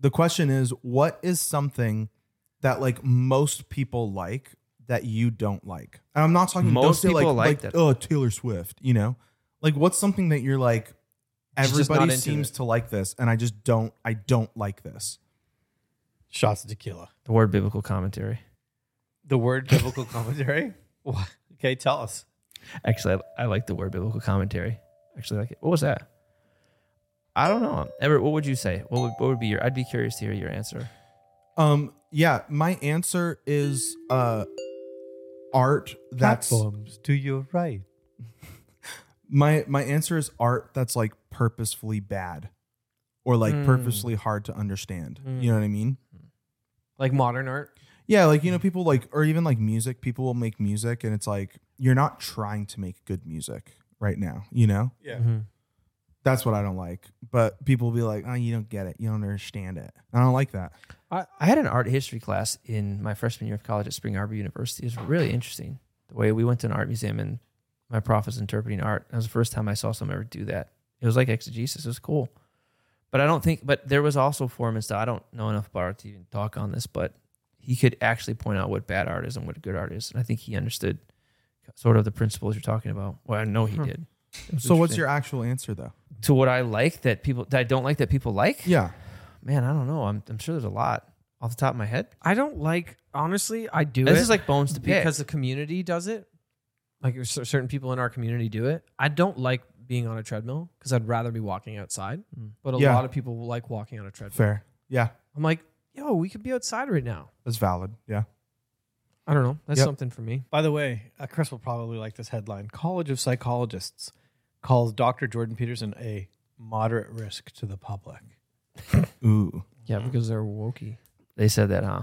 The question is, what is something that like most people like that you don't like? And I'm not talking Most don't say, people like, like that. oh Taylor Swift, you know, like what's something that you're like She's just not everybody into seems it. to like this, and I just don't I don't like this. Shots of tequila. The word biblical commentary. The word biblical commentary. <laughs> Wha- okay, tell us. Actually, I, I like the word biblical commentary. Actually, I like it. What was that? I don't know. Everett, what would you say? What would, what would be your? I'd be curious to hear your answer. Um, yeah, my answer is uh art that's Platforms to your right. my my answer is art that's like purposefully bad or like purposely hard to understand you know what i mean Like modern art. yeah like you know people like or even like music people will make music and it's like you're not trying to make good music right now you know Yeah. that's what i don't like but people will be like oh you don't get it you don't understand it i don't like that I had an art history class in my freshman year of college at Spring Arbor University. It was really interesting. The way we went to an art museum and my prof was interpreting art. That was the first time I saw someone ever do that. It was like exegesis. It was cool. But I don't think, but there was also form and style. I don't know enough about art to even talk on this, but he could actually point out what bad art is and what good art is. And I think he understood sort of the principles you're talking about. Well, I know he did. It was so what's interesting. your actual answer though to what I like that people, that I don't like that people like? yeah Man, I don't know. I'm, I'm sure there's a lot off the top of my head. I don't like. Honestly, I do. This it is like bones to pick. because the community does it. Like there's cer- certain people in our community do it. I don't like being on a treadmill because I'd rather be walking outside. But a Yeah. lot of people will like walking on a treadmill. fair yeah I'm like, yo, we could be outside right now. that's valid yeah I don't know. That's Yep. something for me. By the way, uh, Chris will probably like this headline. College of Psychologists calls Dr. Jordan Peterson a moderate risk to the public. ooh Yeah, because they're wokey. They said that, huh?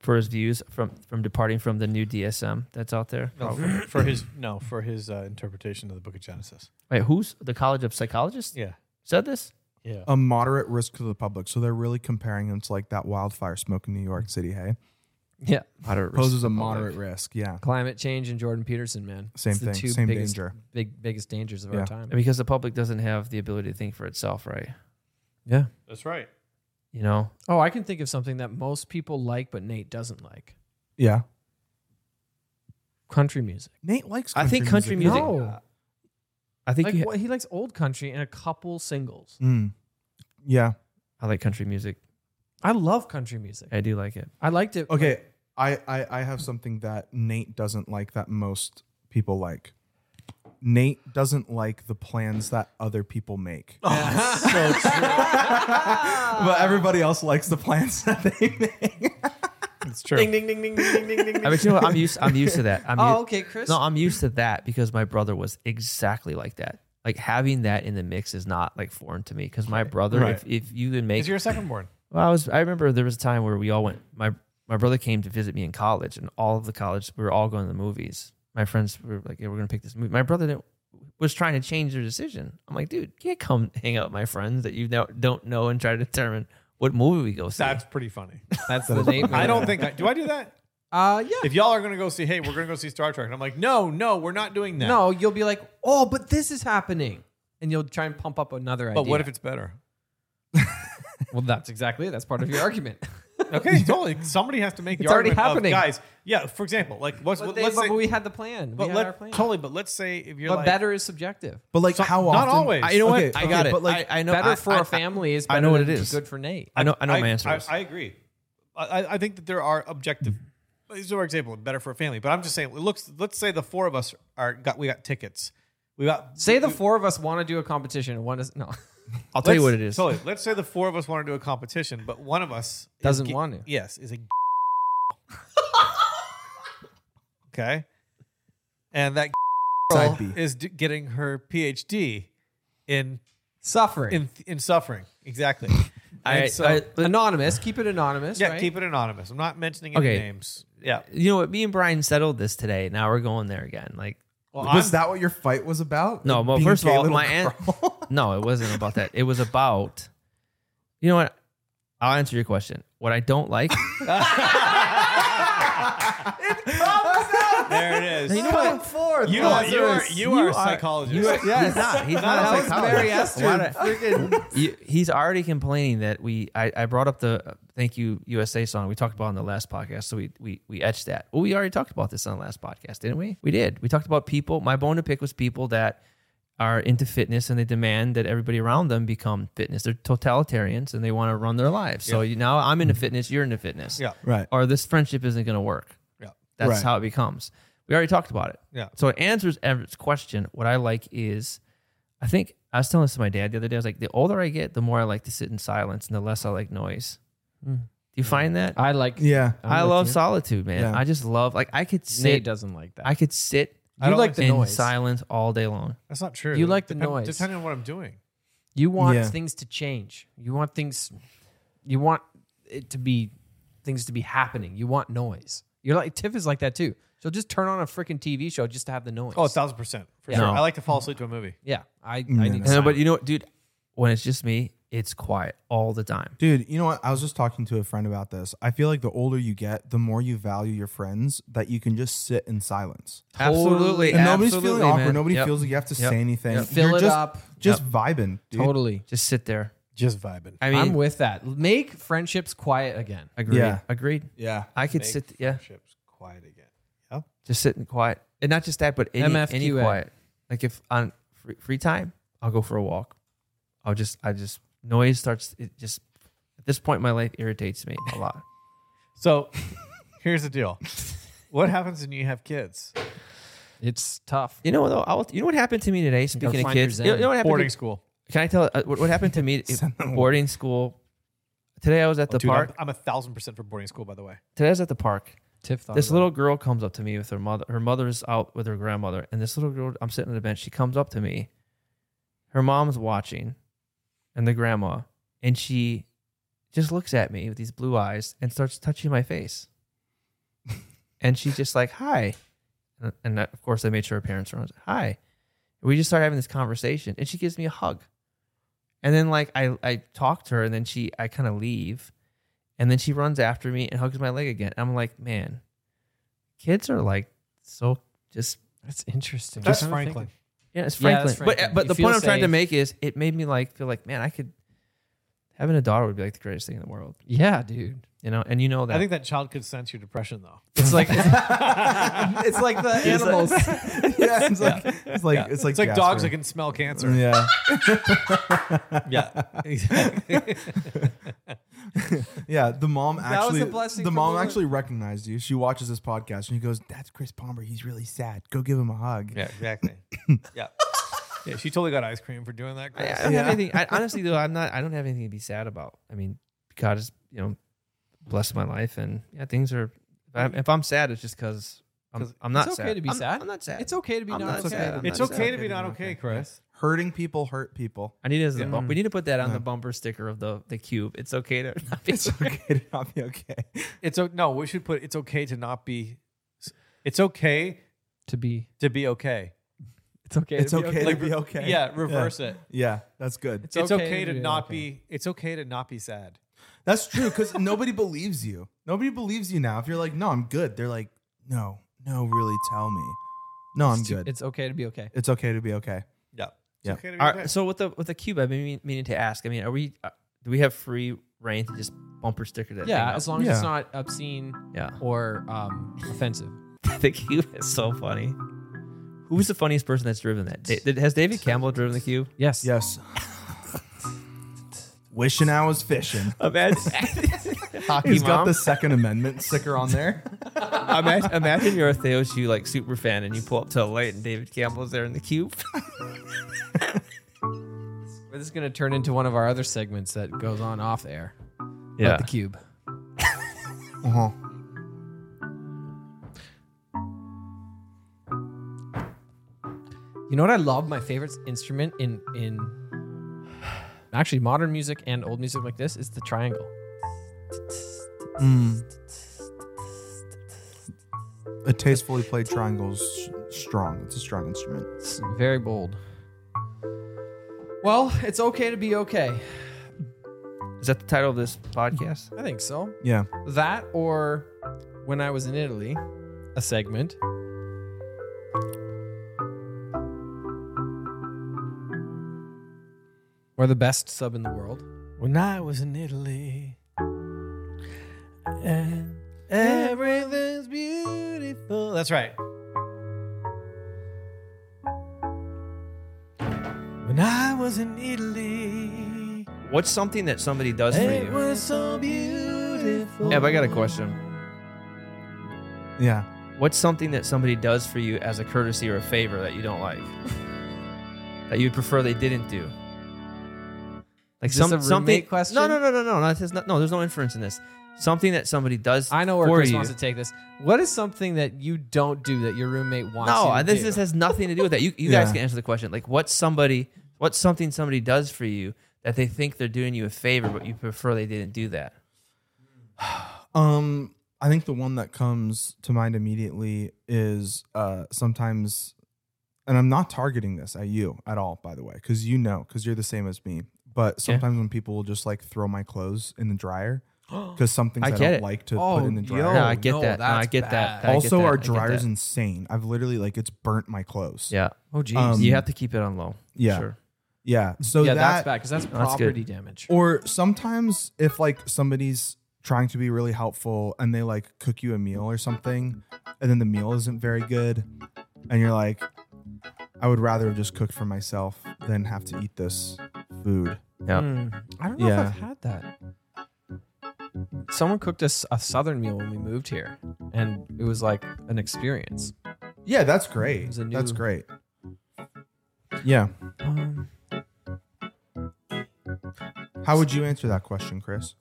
For his views from from departing from the new DSM that's out there. No, for, for his no, for his uh, interpretation of the Book of Genesis. Wait, who's the College of Psychologists Yeah. said this? Yeah. a moderate risk to the public so they're really comparing them to like that wildfire smoke in new york city hey Yeah. Moderate Mm. risk. Poses a moderate risk. Yeah. Climate change and Jordan Peterson, man. Same It's the thing, two same biggest, danger. Big biggest dangers of Yeah. our time. because the public doesn't have the ability to think for itself, right? Yeah. That's right. You know, Oh, I can think of something that most people like but Nate doesn't like. Yeah. Country music. Nate likes. I think country music. No. I think Like you, what, he likes old country and a couple singles. Mm. Yeah. I like country music. I love country music. I do like it. I liked it. Okay. I, I I have something that Nate doesn't like that most people like. Nate doesn't like the plans that other people <laughs> make. <laughs> but everybody else likes the plans that they make. It's true. Ding ding ding ding ding ding ding. ding. I mean, you know, what? I'm used. I'm used to that. I'm <laughs> oh, u- okay, Chris. No, I'm used to that because my brother was exactly like that. Like having that in the mix is not like foreign to me because my brother, if, if you can make, Is your second born? well, I was. I remember there was a time where we all went. My my brother came to visit me in college, and all of the college we were all going to the movies. My friends were like, "Yeah, we're gonna pick this movie." My brother didn't, was trying to change their decision. I'm like, "Dude, you can't come hang out with my friends that you don't don't know and try to determine what movie we go see." That's pretty funny. That's the Nate. <laughs> I don't think I do. I do that. Uh, yeah. If y'all are gonna go see, hey, we're gonna go see Star Trek, and I'm like, no, no, we're not doing that. No, you'll be like, oh, but this is happening, and you'll try and pump up another idea. But what if it's better? Well, that's exactly it. That's part of your argument. Okay, totally. Somebody has to make the It's already argument of, happening. guys. Yeah, for example, like what's, <laughs> But, what, they, let's but say, we had the plan. but we had let- our plan. totally. But let's say if you're but like, better is subjective. But like how often? not always. I, you know Okay, what? I got okay, it. But like, I, I know better I- for I- a family is. I Better know what than it is. Good for Nate. I know. I know my answer I, is. I agree. I, I- I think that there are objective. These are example better for a family, but I'm just saying. It looks. Let's say the four of us are got. We got tickets. We got. Say the four of us want to do a competition. and One is no. <laughs> I'll tell you what let's- it is. Totally. Let's say the four of us want to do a competition, but one of us is Doesn't ga- want to. Yes, is a. <laughs> okay. And that Side girl B. is d- getting her PhD in Suffering. in in suffering. Exactly. I, And so- I- anonymous. Keep it anonymous. yeah, right? keep it anonymous. I'm not mentioning any Okay. names. Yeah. you know what? Me and Brian settled this today. Now we're going there again. Like, Well, was I'm- that what your fight was about? no, well, Being first of gay all, little my aunt. girl? <laughs> No, it wasn't about that. It was about. You know what? I'll answer your question. What I <laughs> don't like. there it is. you know what? Forth, You are, you are, Lazarus. you are a psychologist. He's not. He's not. That a was Barry Esther. psychologist. You- he's already complaining that we. I, I brought up the uh, "Thank You USA" song we talked about on the last podcast, so we we we etched that. Well, we already talked about this on the last podcast, didn't we? We did. We talked about people. My bone to pick was people that are into fitness and they demand that everybody around them become fitness. They're totalitarians and they want to run their lives. So you, now I'm Mm-hmm. into fitness. You're into fitness. Yeah. Right. Or this friendship isn't going to work. Yeah. That's Right. how it becomes. We already talked about it. Yeah. So it answers Everett's question. What I like is, I think I was telling this to my dad the other day. I was like, the older I get, the more I like to sit in silence, and the less I like noise. Do you find that? I, I like. Yeah. love solitude, man. Yeah. I just love like I could sit. Nate doesn't like that. I could sit. You like the in noise. silence all day long. <laughs> That's not true. You like the Depend- noise. Depending on what I'm doing. You want Yeah. things to change. You want things. You want it to be things to be happening. You want noise. You're like Tiff is like that too. She'll just turn on a freaking TV show just to have the noise. Oh, a thousand percent. For sure. No. I like to fall asleep to a movie. yeah. I, No, I need. no. to No, but you know what, dude? When it's just me, it's quiet all the time. Dude, you know what? I was just talking to a friend about this. I feel like the older you get, the more you value your friends that you can just sit in silence. Absolutely. And nobody's absolutely, feeling awkward. man. Nobody Yep. feels like you have to Yep. say anything. Yep. Fill You're it just, up. Just vibing, dude. totally. Just sit there. Just vibing. I mean, I'm with that. Make friendships quiet again. agreed. Yeah. Agreed. Yeah. I could sit. Yeah. Ship's quiet again. just sitting quiet, and not just that, but any, any MFQA. quiet. Like if on free, free time, I'll go for a walk. I'll just, I just noise starts. It just at this point in my life irritates me a lot. So here's the deal. What happens when you have kids? It's tough. You know what though? I'll, you know what happened to me today? Speaking of find your kids, you zen. know, you know what happened? Boarding To, school. can I tell uh, what, what happened to <laughs> me? at boarding school. Today I was at the Dude, I'm, park. I'm a thousand percent for boarding school, by the way. Today I was at the park. Tiff thought this about little girl comes up to me with her mother. Her mother's out with her grandmother, and this little girl, I'm sitting on the bench. She comes up to me. Her mom's watching, and the grandma, and she just looks at me with these blue eyes and starts touching my face. <laughs> and she's just like, "Hi," and, and of course, I made sure her parents were on. Hi, we just started having this conversation, and she gives me a hug. And then like I I talk to her, and then she I kind of leave, And then she runs after me and hugs my leg again. I'm like, man, kids are like so just That's interesting. That's I'm trying <laughs> to think- Franklin. yeah, it's Yeah, Franklin. that's Franklin. But uh, but You the feel point I'm trying to safe. make is it made me like feel like man, I could having a daughter would be like the greatest thing in the world, Yeah, dude. you know. And you know that. I think that child could sense your depression though. It's like it's like the animals. yeah, it's like it's like it's like, It's like dogs that Jasper. can smell cancer. yeah. Yeah. Exactly. Yeah, the mom was actually a blessing the from mom the Lord. actually recognized you. She watches this podcast and she goes, "That's Chris Palmer. He's really sad. Go give him a hug." yeah, exactly. Yeah. Yeah, she totally got ice cream for doing that. I, Chris. I don't have Yeah. anything. <laughs> I, honestly, though, I'm not. I don't have anything to be sad about. I mean, God has you know blessed my life, and yeah, things are. If I'm, if I'm sad, it's just because I'm, I'm not It's okay sad. to be I'm, sad. I'm not sad. It's okay to be I'm not not okay. sad. I'm It's not okay sad. to be not okay, Chris. Hurting people hurt people. <laughs> I need it as a bump. We need to put that on Yeah. the bumper sticker of the the cube. <laughs> It's okay <laughs> to. Not be It's okay to not be okay. It's o- no, we should put it's okay to not be it's okay To be to be okay. it's okay. It's to be okay Like, to be okay. Yeah, reverse it. Yeah, that's good. It's, okay, to be not okay. be it's okay to not be sad. That's true because nobody believes you. Nobody believes you now. If you're like, "No, I'm good," they're like, "No, no, really, tell me. No, I'm good. It's okay to be okay. It's okay to be okay." Yeah. It's Yeah. okay to be All okay. right, so with the with the cube, I've been mean- meaning to ask. I mean, are we? Uh, do we have free reign to just bumper sticker that? Yeah, thing as up? long as it's Yeah. not obscene yeah. or um, offensive. <laughs> the cube is so funny. Who's the funniest person that's driven that? Da- did- has David Campbell driven the cube? Yes. Yes. Wishing I <laughs> was fishing. Imagine, <laughs> He's got the Second Amendment sticker <laughs> on there. imagine, imagine you're a Theos, you like super fan, and you pull up to a light, and David Campbell's there in the cube. <laughs> This is going to turn into one of our other segments that goes on off air. Yeah. the cube. Uh-huh. You know what I love? My favorite instrument in <sighs> in actually modern music and old music like this is the triangle. A tastefully played triangle's s- strong. It's a strong instrument. It's very bold. Well, it's okay to be okay. Is that the title of this podcast? I think so. Yeah. That or when I was in Italy, a segment. Or the best sub in the world. When I was in Italy, and Everything's beautiful. That's right. <laughs> When I was in Italy, What's something that somebody does for it you? was so beautiful. Ev, I got a question. Yeah. What's something that somebody does for you as a courtesy or a favor that you don't like? that you'd prefer they didn't do? Like Is this some a roommate something question? No, no, no, no, no. No, this is not- no, there's no inference in this. Something that somebody does. I know where for Chris you. wants to take this. What is something that you don't do that your roommate wants you No, to this, do? this has nothing to do with that. You, you guys Yeah. can answer the question. Like, what's somebody, what's something somebody does for you that they think they're doing you a favor, but you prefer they didn't do that? Um, I think the one that comes to mind immediately is uh sometimes, and I'm not targeting this at you at all, by the way, because you know, because you're the same as me. But sometimes when people will just like throw my clothes in the <gasps> dryer because some things I I, get don't it. like to Oh, put in the dryer. yo. no, I get no, that. No, I that's get that. bad. I get also, that. I our get dryer's that. insane. I've literally like it's burnt my clothes. Yeah. oh, geez. um, you have to keep it on low. yeah. Sure. Yeah. So yeah, that, that's bad because that's that's good. property damage. Or sometimes if like somebody's trying to be really helpful and they like cook you a meal or something and then the meal isn't very good and you're like I would rather have just cooked for myself than have to eat this food. Yeah. Hmm. I don't know Yeah. if I've had that. Someone cooked us a southern meal when we moved here, and it was like an experience. Yeah, that's great. There's a That's new- great. Yeah. Um, How would you answer that question, Chris?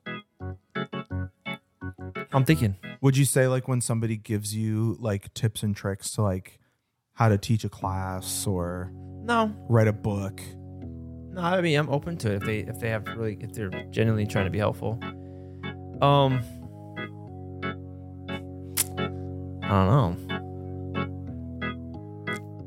I'm thinking. Would you say like when somebody gives you like tips and tricks to like how to teach a class or No, write a book? no. I mean, I'm open to it if they if they have really if they're genuinely trying to be helpful. Um. I don't know.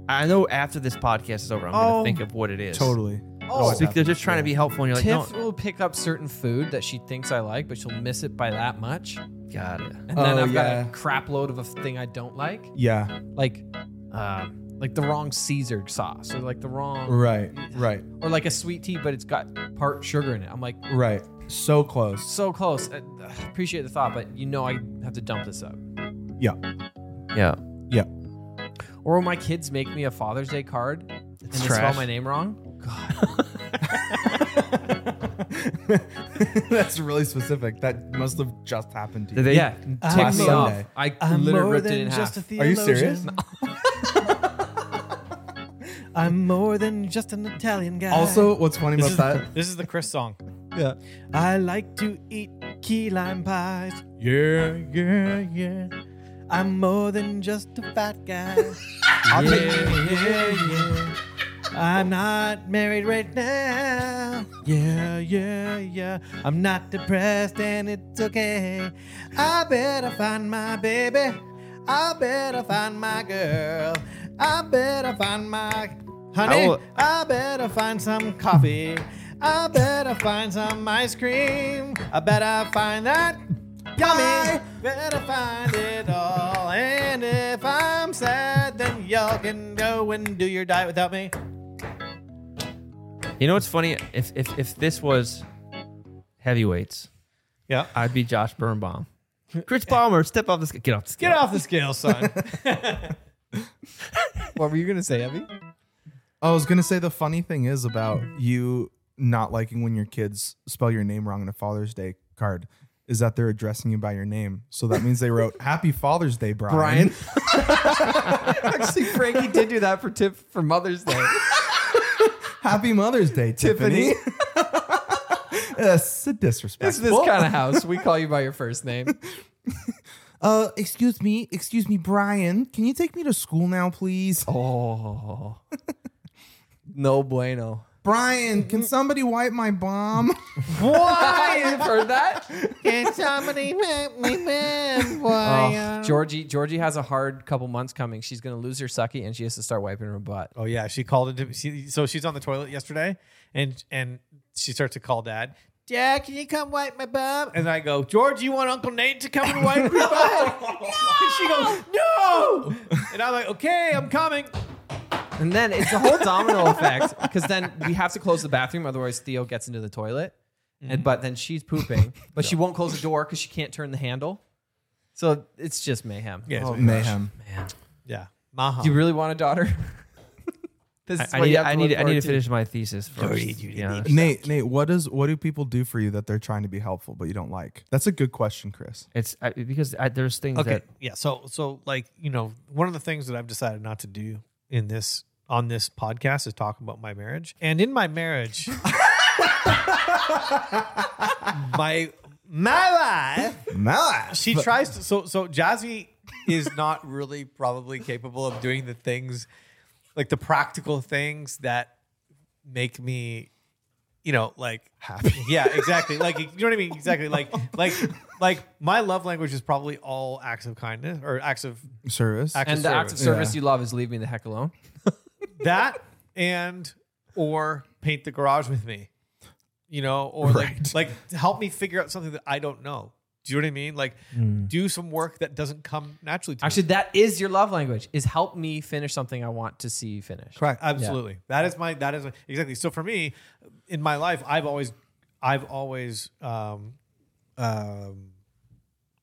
I know after this podcast is over, I'm Oh. Oh, gonna think of what it is. Totally. Oh, It's like they're just trying to be helpful, and you're like, Tiff do will pick up certain food that she thinks I like, but she'll miss it by that much. And no, got it. then Oh, I've yeah. got a crap load of a thing I don't like, yeah, like, um, like the wrong Caesar sauce, or like the wrong, right, right, or like a sweet tea, but it's got part sugar in it. I'm like, right. So close. so close. I, I appreciate the thought, but you know I have to dump this up. Yeah, Yeah, yeah. <laughs> Or when my kids make me a Father's Day card and they spell trash. my name wrong. That's really specific. That must have just happened to you. Did they- yeah, ticked me Sunday. off. I literally ripped it in half. Are you serious? I'm more than just an Italian guy. Also, what's funny This about is, that? this is the Chris song. Yeah. <laughs> I like to eat key lime pies. Yeah, yeah, yeah. I'm more than just a fat guy. I'll take- I'm not married right now. Yeah, yeah, yeah. I'm not depressed and it's okay. I better find my baby. I better find my girl. I better find my honey. I, I will- better find some coffee. I better find some ice cream. I better find that yummy. Better find it all. And if I'm sad, then y'all can go and do your diet without me. you know what's funny? If if if this was heavyweights, Yeah. I'd be Josh Birnbaum. Chris Palmer, step off the sc- get off the Get off the scale, son. <laughs> What were you gonna say, Evie? I was gonna say the funny thing is about you not liking when your kids spell your name wrong in a Father's Day card is that they're addressing you by your name. So that means they wrote "Happy Father's Day, Brian." <laughs> Actually, Frankie did do that for Tip for <laughs> Mother's Day. <laughs> Happy Mother's Day, Tiffany. <laughs> That's a It's disrespect. this kind of house. We call you by your <laughs> first name. Uh, excuse me, excuse me, Brian. Can you take me to school now, please? Oh, no bueno. <laughs> Brian, can somebody wipe my bomb? Why? You've heard that? Can somebody make me <laughs> man? Why? uh, Oh, Georgie, Georgie has a hard couple months coming. She's gonna lose her sucky, and she has to start wiping her butt. Oh yeah, she called into she, so she's on the toilet yesterday, and and she starts to call dad. Dad, can you come wipe my bum? And I go, George, you want Uncle Nate to come and wipe your butt? <laughs> And she goes, No. And I'm like, Okay, I'm coming. And then it's the whole domino effect because then we have to close the bathroom, otherwise Theo gets into the toilet. Mm-hmm. And but then she's pooping, but she won't close the door because she can't turn the handle. So it's just mayhem. Yeah, it's Oh, <laughs> Mayhem. Yeah, Maha. do you really want a daughter? <laughs> this I, I what you need have I need look I need to forward finish my thesis first. Yeah. Nate, Nate, what does what do people do for you that they're trying to be helpful but you don't like? That's a good question, Chris. It's I, because I, there's things okay <laughs> that yeah so so like you know one of the things that i've decided not to do in this on this podcast is talk about my marriage and in my marriage my my wife Malash. she tries to so so jazzy is not really probably capable of doing the things like the practical things that make me you know like happy <laughs> yeah exactly like you know what i mean exactly like like like my love language is probably all acts of kindness or acts of Service. acts And of the service. act of service Yeah. you love is leave me the heck alone. that and or paint the garage with me you know or Right. like like help me figure out something that i don't know do you know what i mean like do some work that doesn't come naturally to me. Actually, that is your love language: is help me finish something I want to see you finish. Correct. absolutely that is my that is my, exactly so for me in my life i've always i've always um um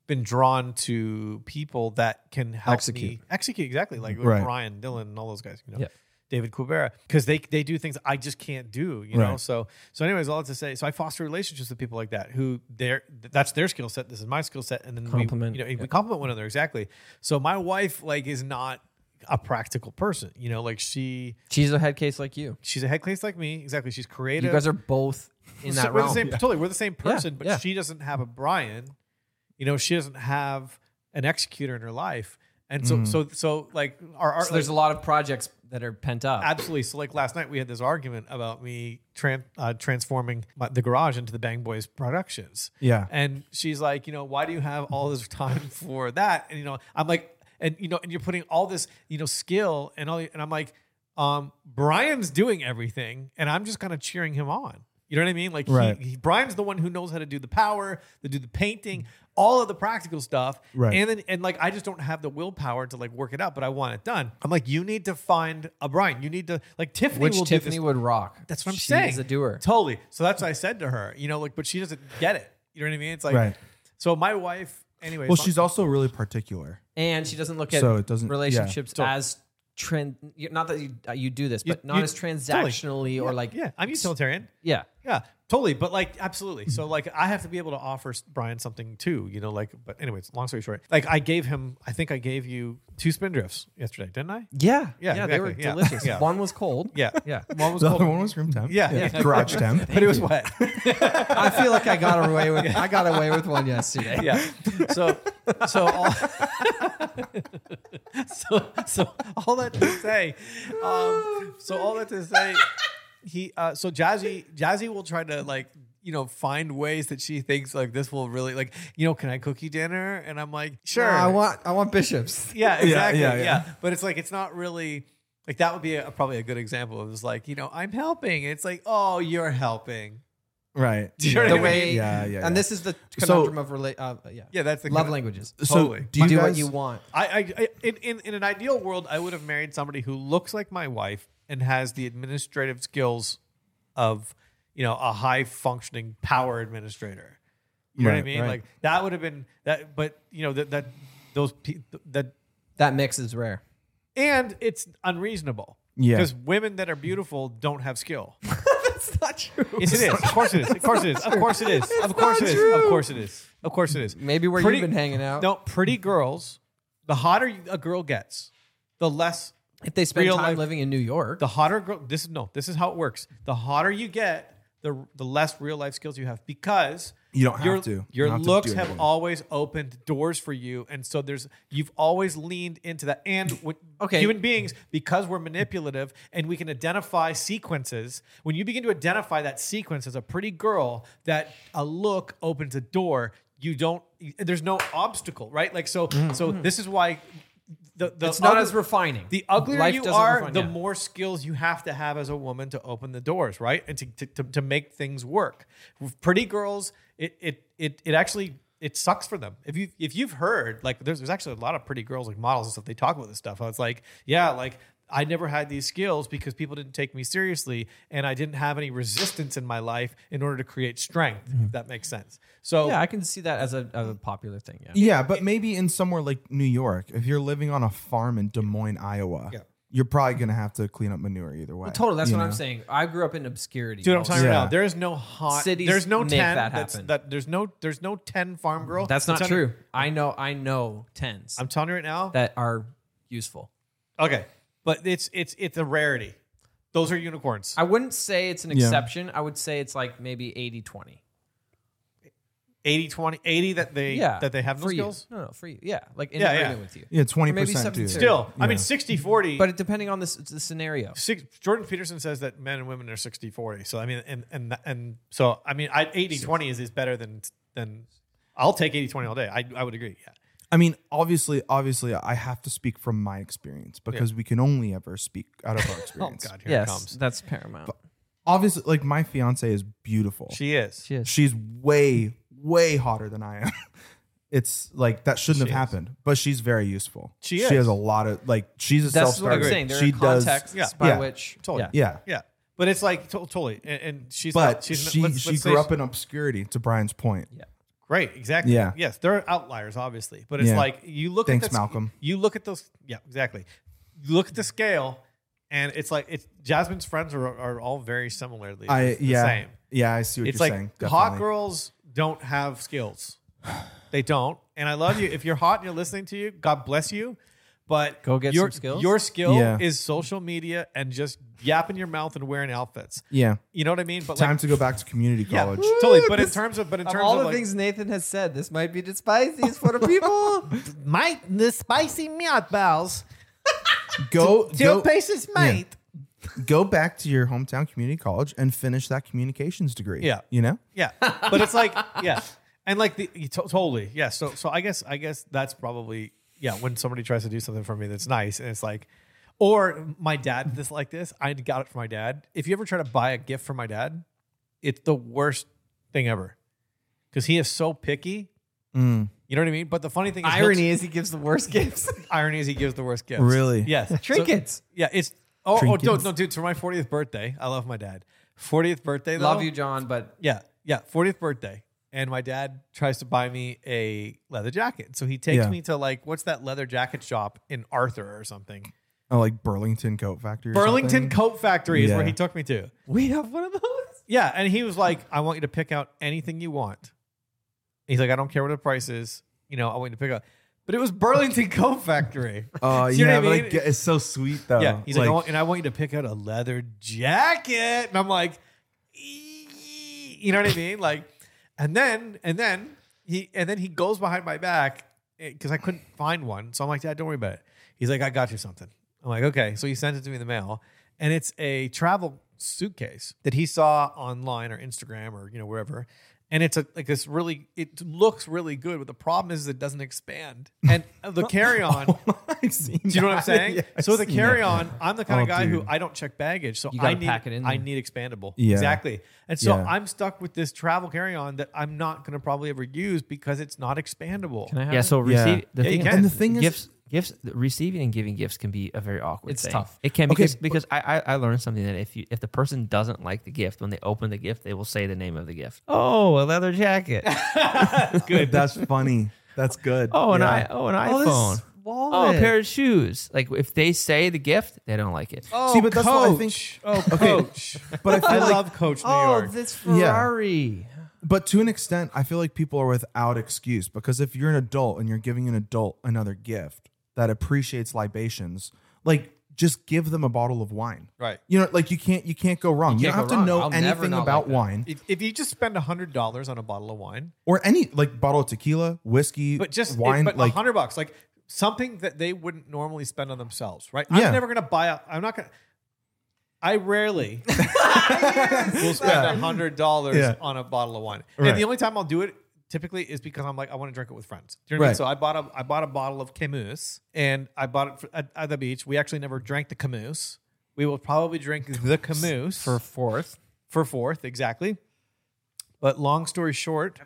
been drawn to people that can help me Execute. execute exactly like Right. Ryan Dylan and all those guys you know Yeah. David Kubera because they they do things I just can't do you know Right. so so anyways all that to say so I foster relationships with people like that who they're that's their skill set this is my skill set and then Complement. we you know we compliment one another exactly so my wife like is not a practical person you know like she She's a head case like you. she's a head case like me. Exactly. She's creative. You guys are both in So that we're realm. the same, Totally, we're the same person, but yeah. she doesn't have a Brian. You know, she doesn't have an executor in her life, and so so so like our, our Mm. So there's a lot of projects that are pent up. absolutely. So like last night we had this argument about me tran- uh, transforming my, the garage into the Bang Boys Productions. Yeah. and she's like, you know, why do you have all this time <laughs> for that? And you know, I'm like, and you know, and you're putting all this you know skill and all, and I'm like. Um, Brian's doing everything, and I'm just kind of cheering him on. You know what I mean? Like Right. he, he, Brian's the one who knows how to do the power, to do the painting, all of the practical stuff. Right. And then and like I just don't have the willpower to like work it out, but I want it done. I'm like, you need to find a Brian. You need to like Tiffany Which will do Tiffany this. would rock. That's what I'm She saying. is a doer. Totally. So that's what I said to her. You know, like, but she doesn't get it. You know what I mean? It's like, Right. so my wife, anyways. Well, she's also really particular. and she doesn't look at So it doesn't- yeah. relationships as trend. Not that you, uh, you do this, but not you- as totally. transactionally or like yeah, I'm utilitarian. yeah. Yeah, totally. But like, absolutely. Mm-hmm. So like, I have to be able to offer s- Brian something too. You know, like. But anyways, long story short, like I gave him. I think I gave you two spindrifts yesterday, didn't I? Yeah, yeah, they were exactly. Yeah. delicious. Yeah. One was cold. Yeah. <laughs> yeah. One was The cold. other one was room temp. Yeah. Yeah. Garage <laughs> temp. But it <laughs> was wet. I feel like I got away with I got away with one yesterday. yeah. So, so <laughs> all, so so all that to say, um, so all that to say, he uh, so Jazzy Jazzy will try to like you know find ways that she thinks like this will really like you know can I cook you dinner and I'm like sure No, Uh, I want I <laughs> want bishops. yeah, exactly. Yeah, yeah, yeah. But it's like it's not really like that would be a, probably a good example of just like you know I'm helping. It's like oh you're helping. Right. Do you know what I The mean? way Yeah, yeah, and yeah. this is the So- conundrum of rela- uh, yeah. Yeah, that's the love kind of- languages. So Totally. do you do guys, what you want. I, I, I in, in in an ideal world, I would have married somebody who looks like my wife and has the administrative skills of you know a high functioning power administrator. You know what I Right, mean? right. Like that would have been that, but you know that that those pe- that That mix is rare. and it's unreasonable. Yeah. because women that are beautiful don't have skill. That's not true. Yes, it is. Of course it is. Of course it is. Of course it is. Of course it is. Of course it is. Of course it is. Maybe where Pretty- you've been hanging out. No, pretty girls. The hotter you- a girl gets, the less if they spend real time life- living in New York, the hotter girl. This is no. This is how it works. The hotter you get, the the less real life skills you have because You don't have your, to. You Your don't have to looks do have everything. always opened doors for you, and so there's you've always leaned into that. And when <laughs> Okay. human beings, because we're manipulative and we can identify sequences, when you begin to identify that sequence as a pretty girl, that a look opens a door. You don't. There's no obstacle, right? Like so. So this is why. The, the Mm-hmm. it's not other- as refining. the uglier Life you doesn't are, refine- the yeah. more skills you have to have as a woman to open the doors, right? And to, to, to, to make things work. With pretty girls, it it it it actually it sucks for them. If you if you've heard, like there's there's actually a lot of pretty girls, like models and stuff, they talk about this stuff. I was like, yeah, like I never had these skills because people didn't take me seriously and I didn't have any resistance in my life in order to create strength, if that makes sense. So Yeah, I can see that as a, as a popular thing. Oh. Yeah. Yeah, but maybe in somewhere like New York, if you're living on a farm in Des Moines, Iowa, Yeah. you're probably gonna have to clean up manure either way. Totally. That's you what I'm know? saying. I grew up in obscurity. Dude, I'm talking Yeah. right now. There is no hot. Cities there's no make ten. that that's- happen. that- there's no. There's no ten farm girl. That's I'm not telling you- true. I know. I know tens I'm telling you right now. that are useful. okay, but it's it's it's a rarity. Those are unicorns. I wouldn't say it's an exception. I would say it's like maybe 80 20. 80, 20, 80 that they Yeah. that they have no for you. skills. No, no, for you. Yeah. Like in Yeah, yeah. agreement with you. Yeah, twenty Or maybe percent something dude. too. Still, I Yeah. mean 60 40. But it, depending on this, the scenario. six, Jordan Peterson says that men and women are 60 40. So I mean and and and so I mean I 80 20 is, is better than than I'll take 80 20 all day. I I would agree. Yeah. I mean, obviously, obviously, I have to speak from my experience because we can only ever speak <laughs> out of our experience. Oh, God, here it Yes. comes. That's paramount. Obviously, like my fiance is beautiful. She is. She is. She's way, way hotter than I am. <laughs> It's like that shouldn't have happened, but she's very useful. She She is. has a lot of like. She's a That's what self-starter. I'm saying. There she are contexts does. by yeah. which. Totally. Yeah. Yeah. Yeah. But it's like to- totally, and, and she's But not- she's not- she let's- she let's say grew up in obscurity. To Brian's point, Right, exactly. Yeah. Yes, there are outliers, obviously, but it's Yeah. like you look. Thanks, at this, Malcolm. You look at those. Yeah, exactly. You look at the scale, and it's like it's Jasmine's friends are, are all very similarly. I the yeah same. yeah I see what It's you're like saying. hot definitely. girls don't have skills. <sighs> They don't. And I love you. If you're hot and you're listening to you, God bless you. But Go get your, some skills? Your skill Yeah. is social media and just yapping your mouth and wearing outfits. Yeah. You know what I mean? But Time like, to go back to community yeah, college. totally. But in terms of, but in terms Of all of the like, things Nathan has said, this might be the spiciest <laughs> for the people. My the spicy meatballs. Go Two Oh, go, pieces, mate. go back to your hometown community college and finish that communications degree. Yeah. You know? Yeah, but it's like yeah, and like the you to- totally yeah. So so I guess I guess that's probably yeah when somebody tries to do something for me that's nice and it's like, Or my dad this like this. I got it for my dad. If you ever try to buy a gift for my dad, it's the worst thing ever because he is so picky. Mm. You know what I mean? But the funny thing is, he'll- Irony is he gives the worst gifts. irony is he gives the worst gifts. Really? Yes. So- <laughs> Trinkets. yeah. It's oh, oh Trinkets. no, no, dude. For my 40th birthday, I love my dad. 40th birthday, though, Love you, John, but Yeah, yeah. 40th birthday, and my dad tries to buy me a leather jacket. So he takes Yeah. me to like what's that leather jacket shop in Arthur or something? Oh, like Burlington Coat Factory. or Burlington something? Coat Factory is where Yeah. he took me to. we have one of those. Yeah, and he was like, "I want you to pick out anything you want." He's like, "I don't care what the price is. You know, I want you to pick out." But it was Burlington Coat Factory. <laughs> Oh, See what yeah, I but mean? like, it's so sweet though. Yeah, he's like, I want, and I want you to pick out a leather jacket, and I'm like, "Eee," you know what I mean? Like, and then and then he and then he goes behind my back because I couldn't find one, so I'm like, Dad, don't worry about it. He's like, I got you something. I'm like, okay. So he sent it to me in the mail, and it's a travel suitcase that he saw online or Instagram or you know wherever. And it's a, like this really, it looks really good, but the problem is it doesn't expand. And the carry on, <laughs> I've seen "Oh, do <laughs> you know what I'm that. saying? <laughs> Yeah, I've so the seen carry that. on, I'm the kind Oh, of guy who dude. I don't check baggage, so You I gotta need pack it in I there. need expandable. Yeah. Exactly. And so Yeah. I'm stuck with this travel carry on that I'm not going to probably ever use because it's not expandable. Can I have Yeah, it? so Yeah. receive the Yeah, you thing. can. And And the the thing thing is- gifts, gifts, the receiving and giving gifts can be a very awkward. It's thing. tough. It can Okay, because but- because I, I I learned something that if you if the person doesn't like the gift when they open the gift they will say the name of the gift. Oh, a leather jacket. That's funny. That's good. Oh, an Yeah. i oh an Oh, iPhone. this Oh, wallet. a pair of shoes. Like if they say the gift, they don't like it. Oh, See, but that's what I think- Oh, Oh, coach. <laughs> But I feel I like, love Coach New York. Oh, this Yeah. Ferrari. but to an extent, I feel like people are without excuse because if you're an adult and you're giving an adult another gift that appreciates libations, like just give them a bottle of wine. Right. You know, like you can't you can't go wrong. You, can't don't have go to wrong. know I'll never anything not about like that. wine If, if you just spend hundred dollars on a bottle of wine, or any like bottle of tequila, whiskey, but just wine, but like hundred bucks, like something that they wouldn't normally spend on themselves, right? Yeah. I'm never going to buy. A, I'm not going. to I <laughs> rarely will spend a hundred dollars Yeah. on a bottle of wine, Right. and the only time I'll do it typically is because I'm like I want to drink it with friends. Do you know what I mean? Right. So I bought a I bought a bottle of Camus, and I bought it for, at, at the beach. We actually never drank the Camus. We will probably drink the Camus For fourth. for fourth exactly but long story short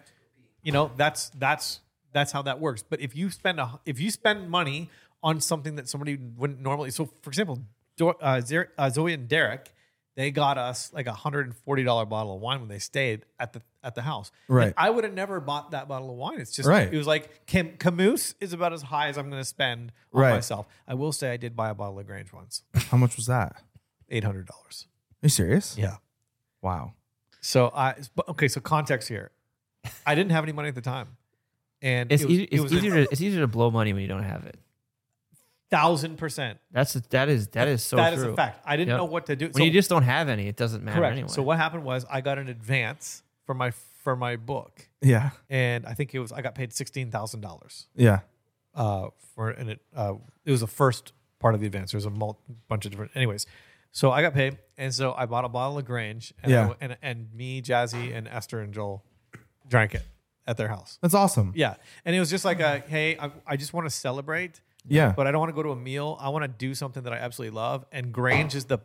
you know that's that's that's how that works but if you spend a if you spend money on something that somebody wouldn't normally so for example Do- uh, Zer- uh, zoe and derek they got us like a hundred and forty dollar bottle of wine when they stayed at the at the house. And Right. I would have never bought that bottle of wine. It's just Right. it was like Cam- Camus is about as high as I'm going to spend on Right. myself. I will say I did buy a bottle of Grange once, how much was that? Are eight hundred dollars. you serious? Yeah. Wow. So I but- okay. So context here, I didn't have any money at the time, and It's it was, easy, it it's was easier a to, it's easier to blow money when you don't have it. thousand percent. That's a, that is that is so That is true. a fact. I didn't Yep. know what to do. When you just don't have any, it doesn't matter correct. anyway. So what happened was I got an advance for my for my book, Yeah. and I think it was I got paid sixteen thousand dollars Yeah. uh for and it uh it was the first part of the advance. There was a mul- bunch of different anyways. So I got paid, and so I bought a bottle of Grange, and I Yeah. w- and and me, Jazzy, and Esther and Joel drank it at their house. That's awesome. Yeah, and it was just like a hey, I, I just want to celebrate, Yeah. but I don't want to go to a meal. I want to do something that I absolutely love, and Grange is the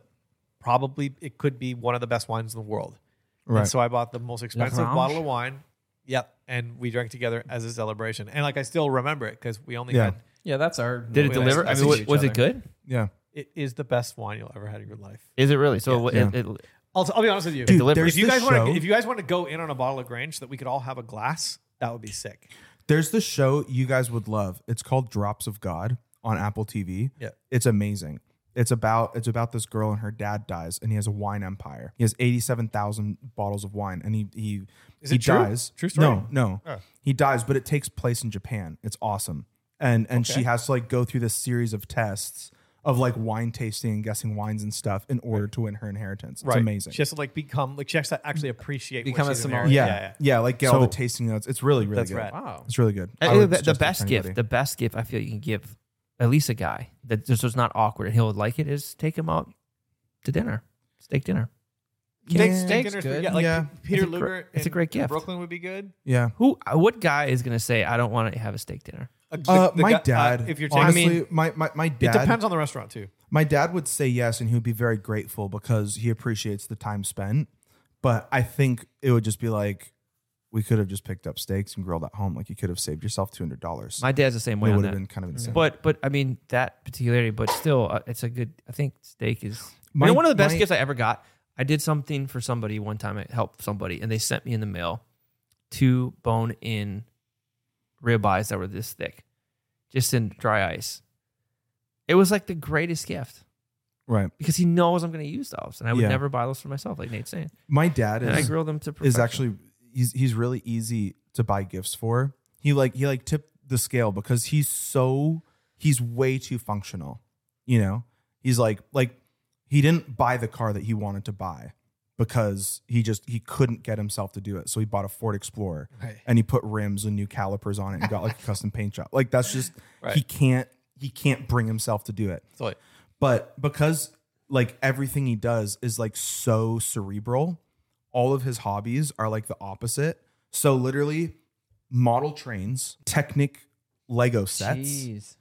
probably it could be one of the best wines in the world. Right. And so I bought the most expensive Grange? bottle of wine. Yep, and we drank together as a celebration, and like I still remember it because we only Yeah. had Yeah, that's our. Did it we deliver? I messaged mean, was, each was it other. good? yeah. it is the best wine you'll ever had in your life. Is it really? So Yeah. It, it, I'll, I'll be honest with you. Dude, delivers. there's if you this guys want show- to, if you guys want to go in on a bottle of Grange so that we could all have a glass, that would be sick. There's this show you guys would love. It's called Drops of God on Apple TV. Yeah. It's amazing. It's about it's about this girl and her dad dies and he has a wine empire. He has 87,000 bottles of wine and he he Is he it true? dies. True story? No, no. Oh. He dies, but it takes place in Japan. It's awesome. And and she has to like go through this series of tests of like wine tasting and guessing wines and stuff in order to win her inheritance. It's amazing. She has to like become like she has to actually appreciate Become what a she's sommelier. inheriting. yeah, yeah, like get all the So- tasting notes. It's really really That's good. rad. Wow. It's really good. Uh, I would the, the suggest it to best gift, anybody. the best gift I feel you can give at least a guy that just so it's not awkward and he'll like it is take him out to dinner, steak dinner. Steak, Yeah. steak Steak's dinner's good. pretty- Yeah, like Yeah. Peter It's a gr- Luger. it's a in- great in gift. Brooklyn would be good. yeah. Who? uh, What guy is gonna say I don't want to have a steak dinner? Uh, The my gu- uh, dad. if you're taking, honestly, I mean, my my my it dad. depends on the restaurant too. my dad would say yes and he would be very grateful because he appreciates the time spent. But I think it would just be like, we could have just picked up steaks and grilled at home. Like you could have saved yourself two hundred dollars. My dad's the same way It on would have that. been kind of insane. But but I mean that particularity, but still, uh, it's a good. I think steak is you My- know, one of the best my- gifts I ever got. I did something for somebody one time. I helped somebody, and they sent me in the mail two bone in ribeyes that were this thick, just in dry ice. It was like the greatest gift right, because he knows I'm going to use those, and I would Yeah. never buy those for myself, like Nate's saying. my dad And I is grill them to is perfection. actually he's he's really easy to buy gifts for. He like he like tipped the scale because he's so he's way too functional. You know, he's like like he didn't buy the car that he wanted to buy because he just he couldn't get himself to do it. So he bought a Ford Explorer and he put rims and new calipers on it and got like a custom paint job. Like that's just he can't he can't bring himself to do it. but because like everything he does is like so cerebral, all of his hobbies are like the opposite. So literally model trains, Technic Lego sets Jeez.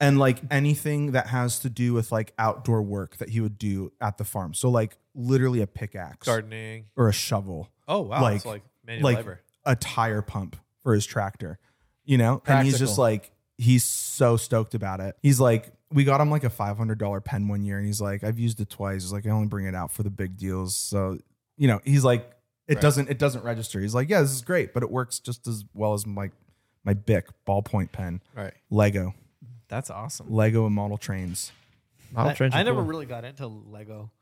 and like anything that has to do with like outdoor work that he would do at the farm. So like literally a pickaxe gardening. or a shovel, Oh wow, Like- it's like manual like labor. a tire pump for his tractor, you know? And he's just Practical. like, he's so stoked about it. He's like, we got him like a $500 pen one year and he's like, I've used it twice. He's like, I only bring it out for the big deals. So, you know, he's like, it doesn't, it doesn't register. He's like, yeah, this is great, but it works just as well as my, my Bic ballpoint pen, Right. Lego, That's awesome. Lego and model trains. Model trains are I never cool. really got into Lego.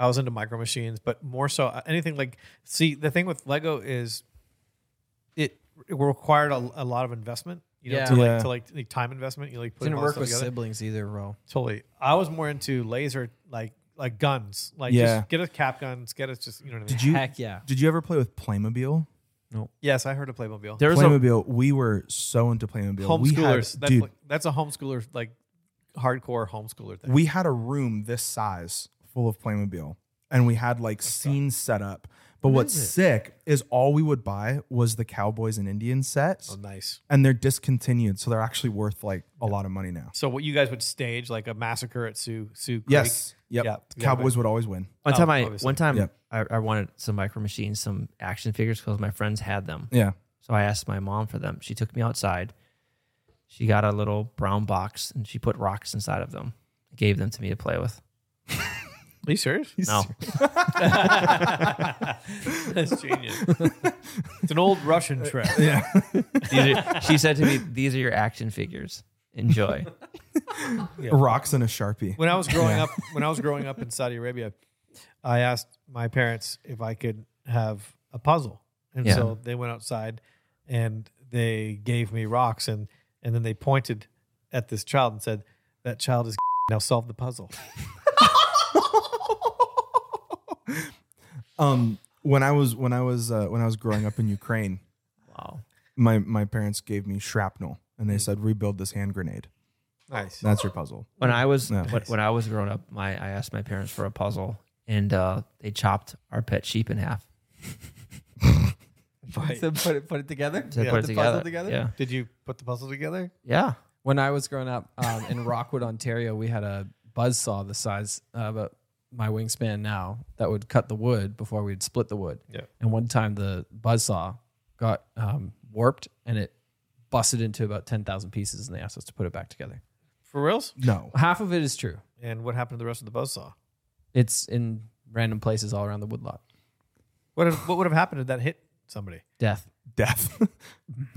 I was into micro machines, but more so uh, anything like. See, the thing with Lego is, it, it required a, a lot of investment. You know, Yeah. to, Yeah. Like, to like, like time investment. You like put Didn't all work stuff with together. siblings either, bro. <laughs> Totally. I was more into laser like like guns. Like Yeah. just get us cap guns, get us just you know what I mean. Did you, Heck yeah. did you ever play with Playmobil? yes, I heard of Playmobil. There was a, Playmobil, we were so into Playmobil. we had, Homeschoolers. that's dude, like, that's a homeschooler like hardcore homeschooler thing. we had a room this size full of Playmobil and we had like scenes set up. But what's sick is all we would buy was the Cowboys and Indians sets oh, nice. and they're discontinued. So they're actually worth like a lot of money now. So what you guys would stage like a massacre at Sioux Sioux Creek. Yes. Yep. Yeah. The Cowboys would always win. One Oh, time, I obviously. one time Yep. I, I wanted some micro machines, some action figures because my friends had them. Yeah. So I asked my mom for them. She took me outside. She got a little brown box and she put rocks inside of them. Gave them to me to play with. Are you serious? No, <laughs> That's genius. it's an old <laughs> Russian trick. Yeah. <laughs> These are- she said to me, "These are your action figures. Enjoy." Rocks and a Sharpie. When I was growing up, when I was growing up in Saudi Arabia, I asked my parents if I could have a puzzle, and Yeah. so they went outside and they gave me rocks, and and then they pointed at this child and said, "That child is <laughs> now solve the puzzle." Um when I was when I was uh, when I was growing up in Ukraine, Wow. my my parents gave me shrapnel and Hmm. they said rebuild this hand grenade. Nice. That's your puzzle. When I was Yeah. when, when I was growing up, my I asked my parents for a puzzle, and uh, they chopped our pet sheep in half. So put it put it together. So they Yeah. put it The together. puzzle together? Yeah, Did you put the puzzle together? yeah. When I was growing up um, in Rockwood, Ontario, we had a buzz saw the size of a, my wingspan now that would cut the wood before we'd split the wood. Yeah. And one time the buzz saw got um, warped and it busted into about 10,000 pieces and they asked us to put it back together. For reals? <laughs> No. Half of it is true. And what happened to the rest of the buzzsaw? It's in random places all around the woodlot. What if, what would have happened if that hit somebody? Death. Death.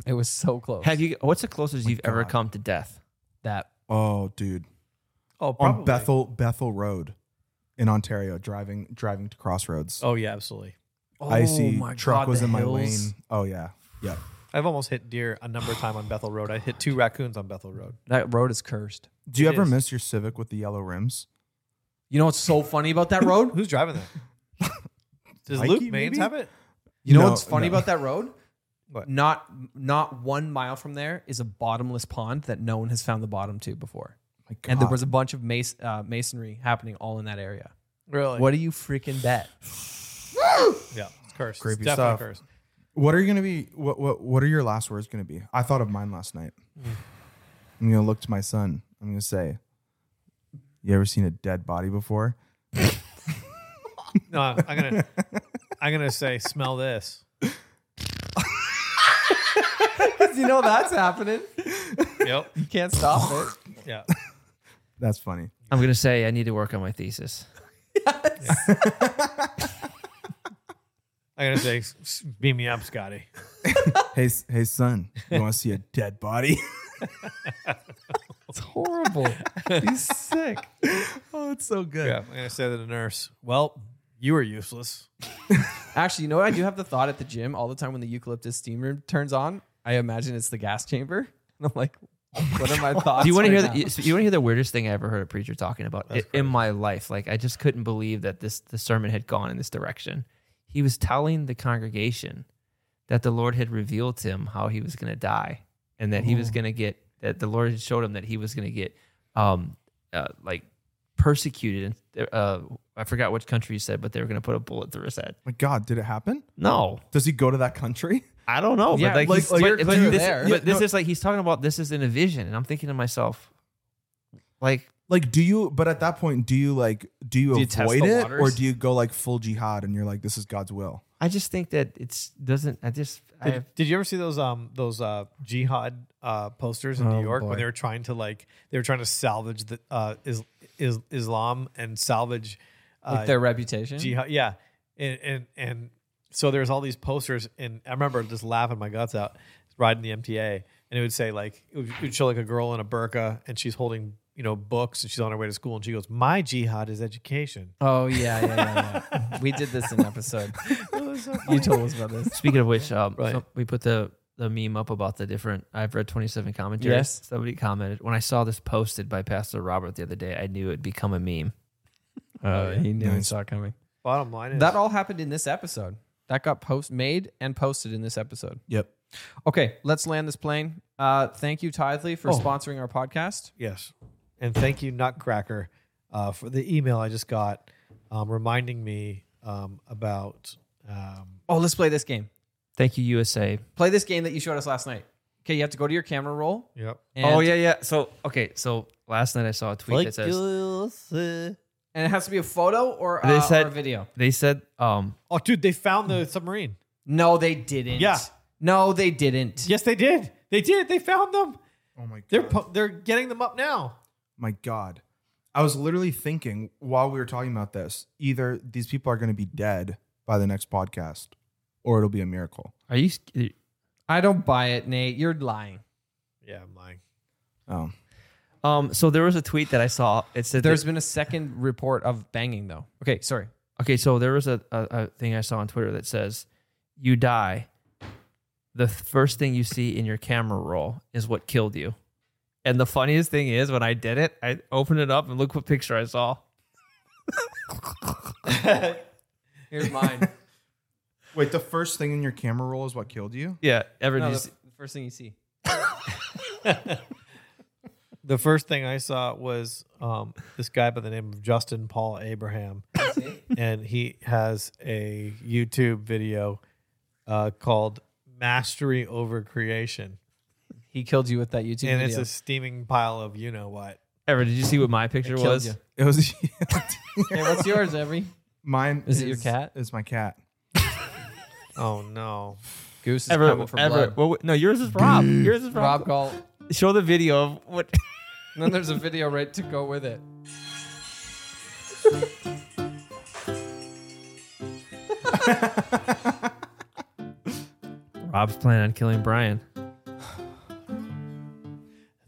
It was so close. Have you? What's the closest you've ever come to death? that oh, dude. Oh, on Bethel Bethel Road in Ontario, driving driving to Crossroads. Oh yeah, absolutely. Icy Oh my truck God, was the in my hills. lane. Oh yeah, yeah. I've almost hit deer a number of times on Bethel Road. I hit two raccoons on Bethel Road. that road is cursed. Do you It ever is. miss your Civic with the yellow rims? You know what's so funny <laughs> about that road? Who's driving that? Does Mikey, Luke Maines maybe? have it? You know No, what's funny no. about that road? What? Not not one mile from there is a bottomless pond that no one has found the bottom to before, My God. and there was a bunch of mas- uh, masonry happening all in that area. Really? What do you freaking bet? <laughs> Yeah, it's cursed. Creepy it's definitely stuff. cursed. what are you gonna be? What what what are your last words gonna be? I thought of mine last night. I'm gonna look to my son. I'm gonna say, You ever seen a dead body before? No, I'm <laughs> gonna I'm gonna say smell this. you know that's happening. Yep. You can't stop it. Yeah. That's funny. I'm gonna say I need to work on my thesis. I'm gonna say s- s- beam me up, Scotty. Hey, s- hey, son, you want to see a dead body? <laughs> It's horrible. He's sick. oh, it's so good. Yeah. I'm gonna say to the nurse, well, you were useless. Actually, you know what? I do have the thought at the gym all the time when the eucalyptus steam room turns on. I imagine it's the gas chamber. <laughs> And I'm like, what <laughs> are my thoughts? Do you want right to hear now? the you, so you want to hear the weirdest thing I ever heard a preacher talking about i- in my life? Like I just couldn't believe that this the sermon had gone in this direction. He was telling the congregation that the Lord had revealed to him how he was going to die, and that he Oh. was going to get that the Lord had showed him that he was going to get um uh, like persecuted. And uh, I forgot which country he said, but they were going to put a bullet through his head. My God, did it happen? No, Does he go to that country? I don't know. Yeah, but like, like- he's- like but- you're but clear this, there. but this is like he's talking about this is in a vision, and I'm thinking to myself, like. Like, do you? But at that point, do you like? Do you Do you test avoid the it, or waters? do you go like full jihad and you're like, this is God's will? I just think that it's doesn't. I just I Did, did you ever see those um those uh jihad uh posters in Oh, New York when they were trying to like they were trying to salvage the uh is, is Islam and salvage uh, Like their reputation. jihad yeah and and and so there's all these posters and i remember just laughing my guts out riding the mta and it would say like it would, it would show like a girl in a burqa and she's holding you know books and she's on her way to school and she goes my jihad is education Oh yeah, yeah, yeah, yeah. <laughs> we did this in <laughs> episode. you told us about this. speaking of <laughs> which, um, Right. some- we put the the meme up about the different. I've read twenty seven commentaries. Yes. somebody commented when I saw this posted by Pastor Robert the other day. I knew it'd become a meme. Oh, he knew he saw it coming. bottom line is That all happened in this episode. That got post made and posted in this episode. Yep. Okay, let's land this plane. Uh, thank you, Tithely, for sponsoring our podcast. yes and thank you nutcracker uh, for the email i just got um, reminding me um, about um, Oh, let's play this game. Thank you, USA. Play this game that you showed us last night. Okay, you have to go to your camera roll. yep And, yeah. So okay, so last night I saw a tweet that says and it has to be a photo or, They uh, said- or a video. they said um oh dude they found the submarine No, they didn't. Yeah. No, they didn't. yes they did they did they found them Oh my They're po- they're getting them up now. my god i was literally thinking while we were talking about this either these people are going to be dead by the next podcast or it'll be a miracle are you sc- I don't buy it, Nate. You're lying. Yeah, I'm lying. um um so there was a tweet that I saw. It said There's been a second report of banging though. Okay, sorry. Okay, so there was a, a, a thing I saw on Twitter that says, "You die. The first thing you see in your camera roll is what killed you." And the funniest thing is, when I did it, I opened it up and look what picture I saw. <laughs> Here's mine. wait the first thing in your camera roll is what killed you Yeah, ever no, you the, see- the first thing you see. The first thing I saw was um, this guy by the name of Justin Paul <laughs> Abraham, and he has a YouTube video uh, called "Mastery Over Creation," He killed you with that YouTube and it's video. a steaming pile of you know what. ever did you see what my picture killed was? you. it was <laughs> Hey, what's yours, Every? mine Is it your cat? it's my cat Oh no! Goose is Ever, coming for ever. blood. What, wa- no, yours is Rob. yours is Rob. Rob Galt. Show the video of what. <laughs> And then there's a video right to go with it. Rob's planning on killing Brian.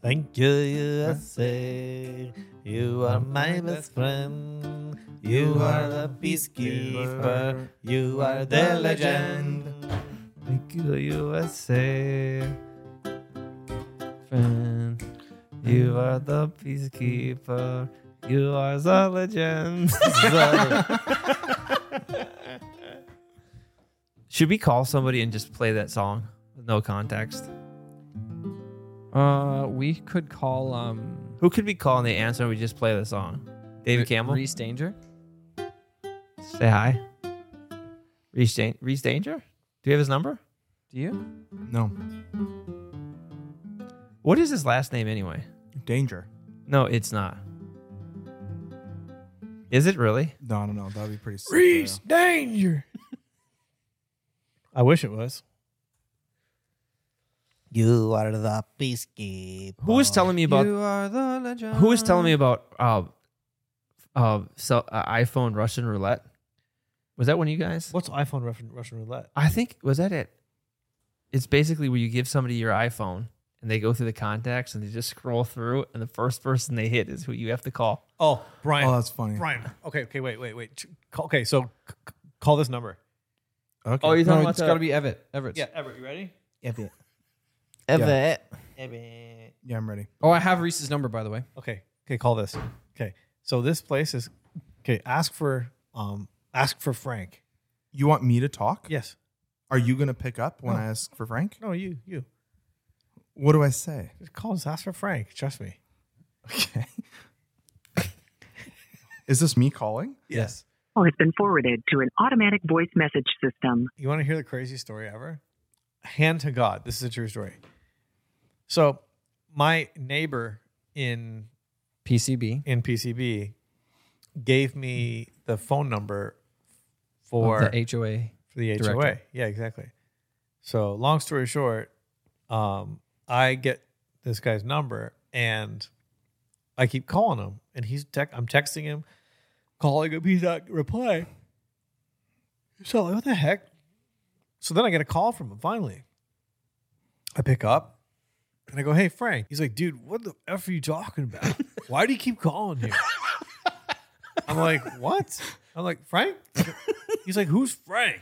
Thank you, USA. You are my best friend. You are the peacekeeper. You are the legend. Thank you, USA. Friend, you are the peacekeeper. You are the legend. <laughs> Should we call somebody and just play that song with no context? Uh, we could call um Who could we call and they answer and we just play the song? David Campbell? Reese Danger. Say hi. Reese, Dan- Reese Danger? Do you have his number? Do you? no What is his last name anyway? danger No, it's not. Is it really? No, I don't know. That'd be pretty sick. though. danger. I wish it was. You are the peacekeeper. Who was telling me about? You are the legend. Who was telling me about? Uh, uh, so, uh, iPhone Russian roulette. Was that one of you guys? What's iPhone Russian, Russian roulette? I think was that it. It's basically where you give somebody your iPhone and they go through the contacts and they just scroll through and the first person they hit is who you have to call. Oh, Brian. Oh, that's funny. Brian. Okay, okay, wait, wait, wait. Ch- Call, okay, so c- c- call this number. Okay. Oh, you're talking No, about it's got to be Everett. Everett. Everett, you ready? yeah, I'm ready. Oh, I have Reese's number, by the way. Okay, okay, call this. Okay, so this place is okay. Ask for um, ask for Frank. You want me to talk? Yes. Are you gonna pick up when I ask for Frank? No, you, you. What do I say? Just call us. Ask for Frank. Trust me. Okay. Is this me calling? Yes. Call has been forwarded to an automatic voice message system. You want to hear the craziest story ever? Hand to God, this is a true story. So, my neighbor in PCB. in PCB gave me the phone number for the HOA. for the HOA. Director. Yeah, exactly. So long story short, um, I get this guy's number and I keep calling him, and he's tech. I'm texting him, calling him. He's not replying. So like, what the heck? So then I get a call from him. Finally, I pick up. And I go, hey Frank. He's like, dude, what the f are you talking about? Why do you keep calling here? I'm like, what? I'm like, Frank. He's like, who's Frank?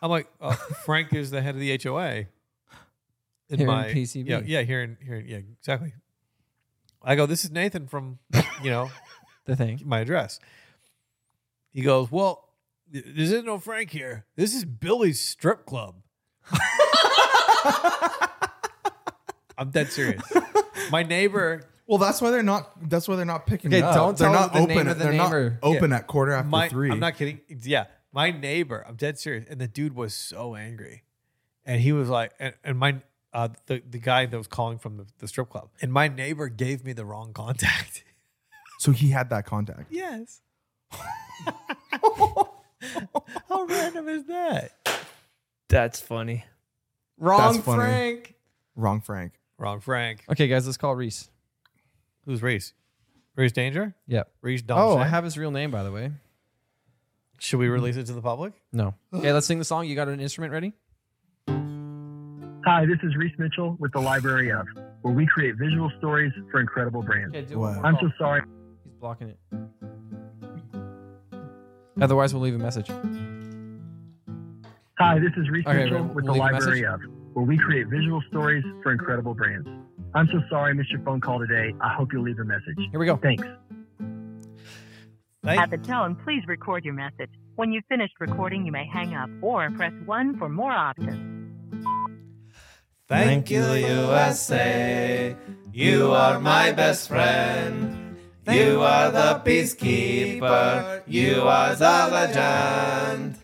I'm like, uh, Frank is the head of the HOA. In Here in PCB. Yeah, yeah, here in here, in- yeah, exactly. I go, this is Nathan from, you know, The thing. my address. He goes, well, th- there isn't no Frank here. This is Billy's strip club. <laughs> I'm dead serious. My neighbor, Well, that's why they're not. That's why they're not picking Okay, up. don't they're tell not the name open. of the they're not neighbor. open at quarter after my, 3 I'm not kidding. Yeah, my neighbor. I'm dead serious. And the dude was so angry, and he was like, and, and my uh, the the guy that was calling from the, the strip club, and my neighbor gave me the wrong contact. <laughs> so he had that contact. yes. <laughs> How random is that? That's funny. Wrong funny. Frank. Wrong, Frank. Wrong, Frank. Okay, guys, let's call Reese. Who's Reese? Reese Danger? Yep. Reese Oh, Donaldson? I have his real name, by the way. Should we release it to the public? No. Okay, let's sing the song. You got an instrument ready? Hi, this is Reese Mitchell with the Library of, where we create visual stories for incredible brands. Okay, do one Wow. more I'm so sorry. He's blocking it. Otherwise, we'll leave a message. Hi, this is Reese Okay, Mitchell we'll with the leave a Library of, where we create visual stories for incredible brands. I'm so sorry I missed your phone call today. I hope you leave a message. Here we go. Thanks. Thank At the tone, please record your message. When you've finished recording, you may hang up or press 1 for more options. Thank you, USA. You are my best friend. You are the peacekeeper. You are the legend.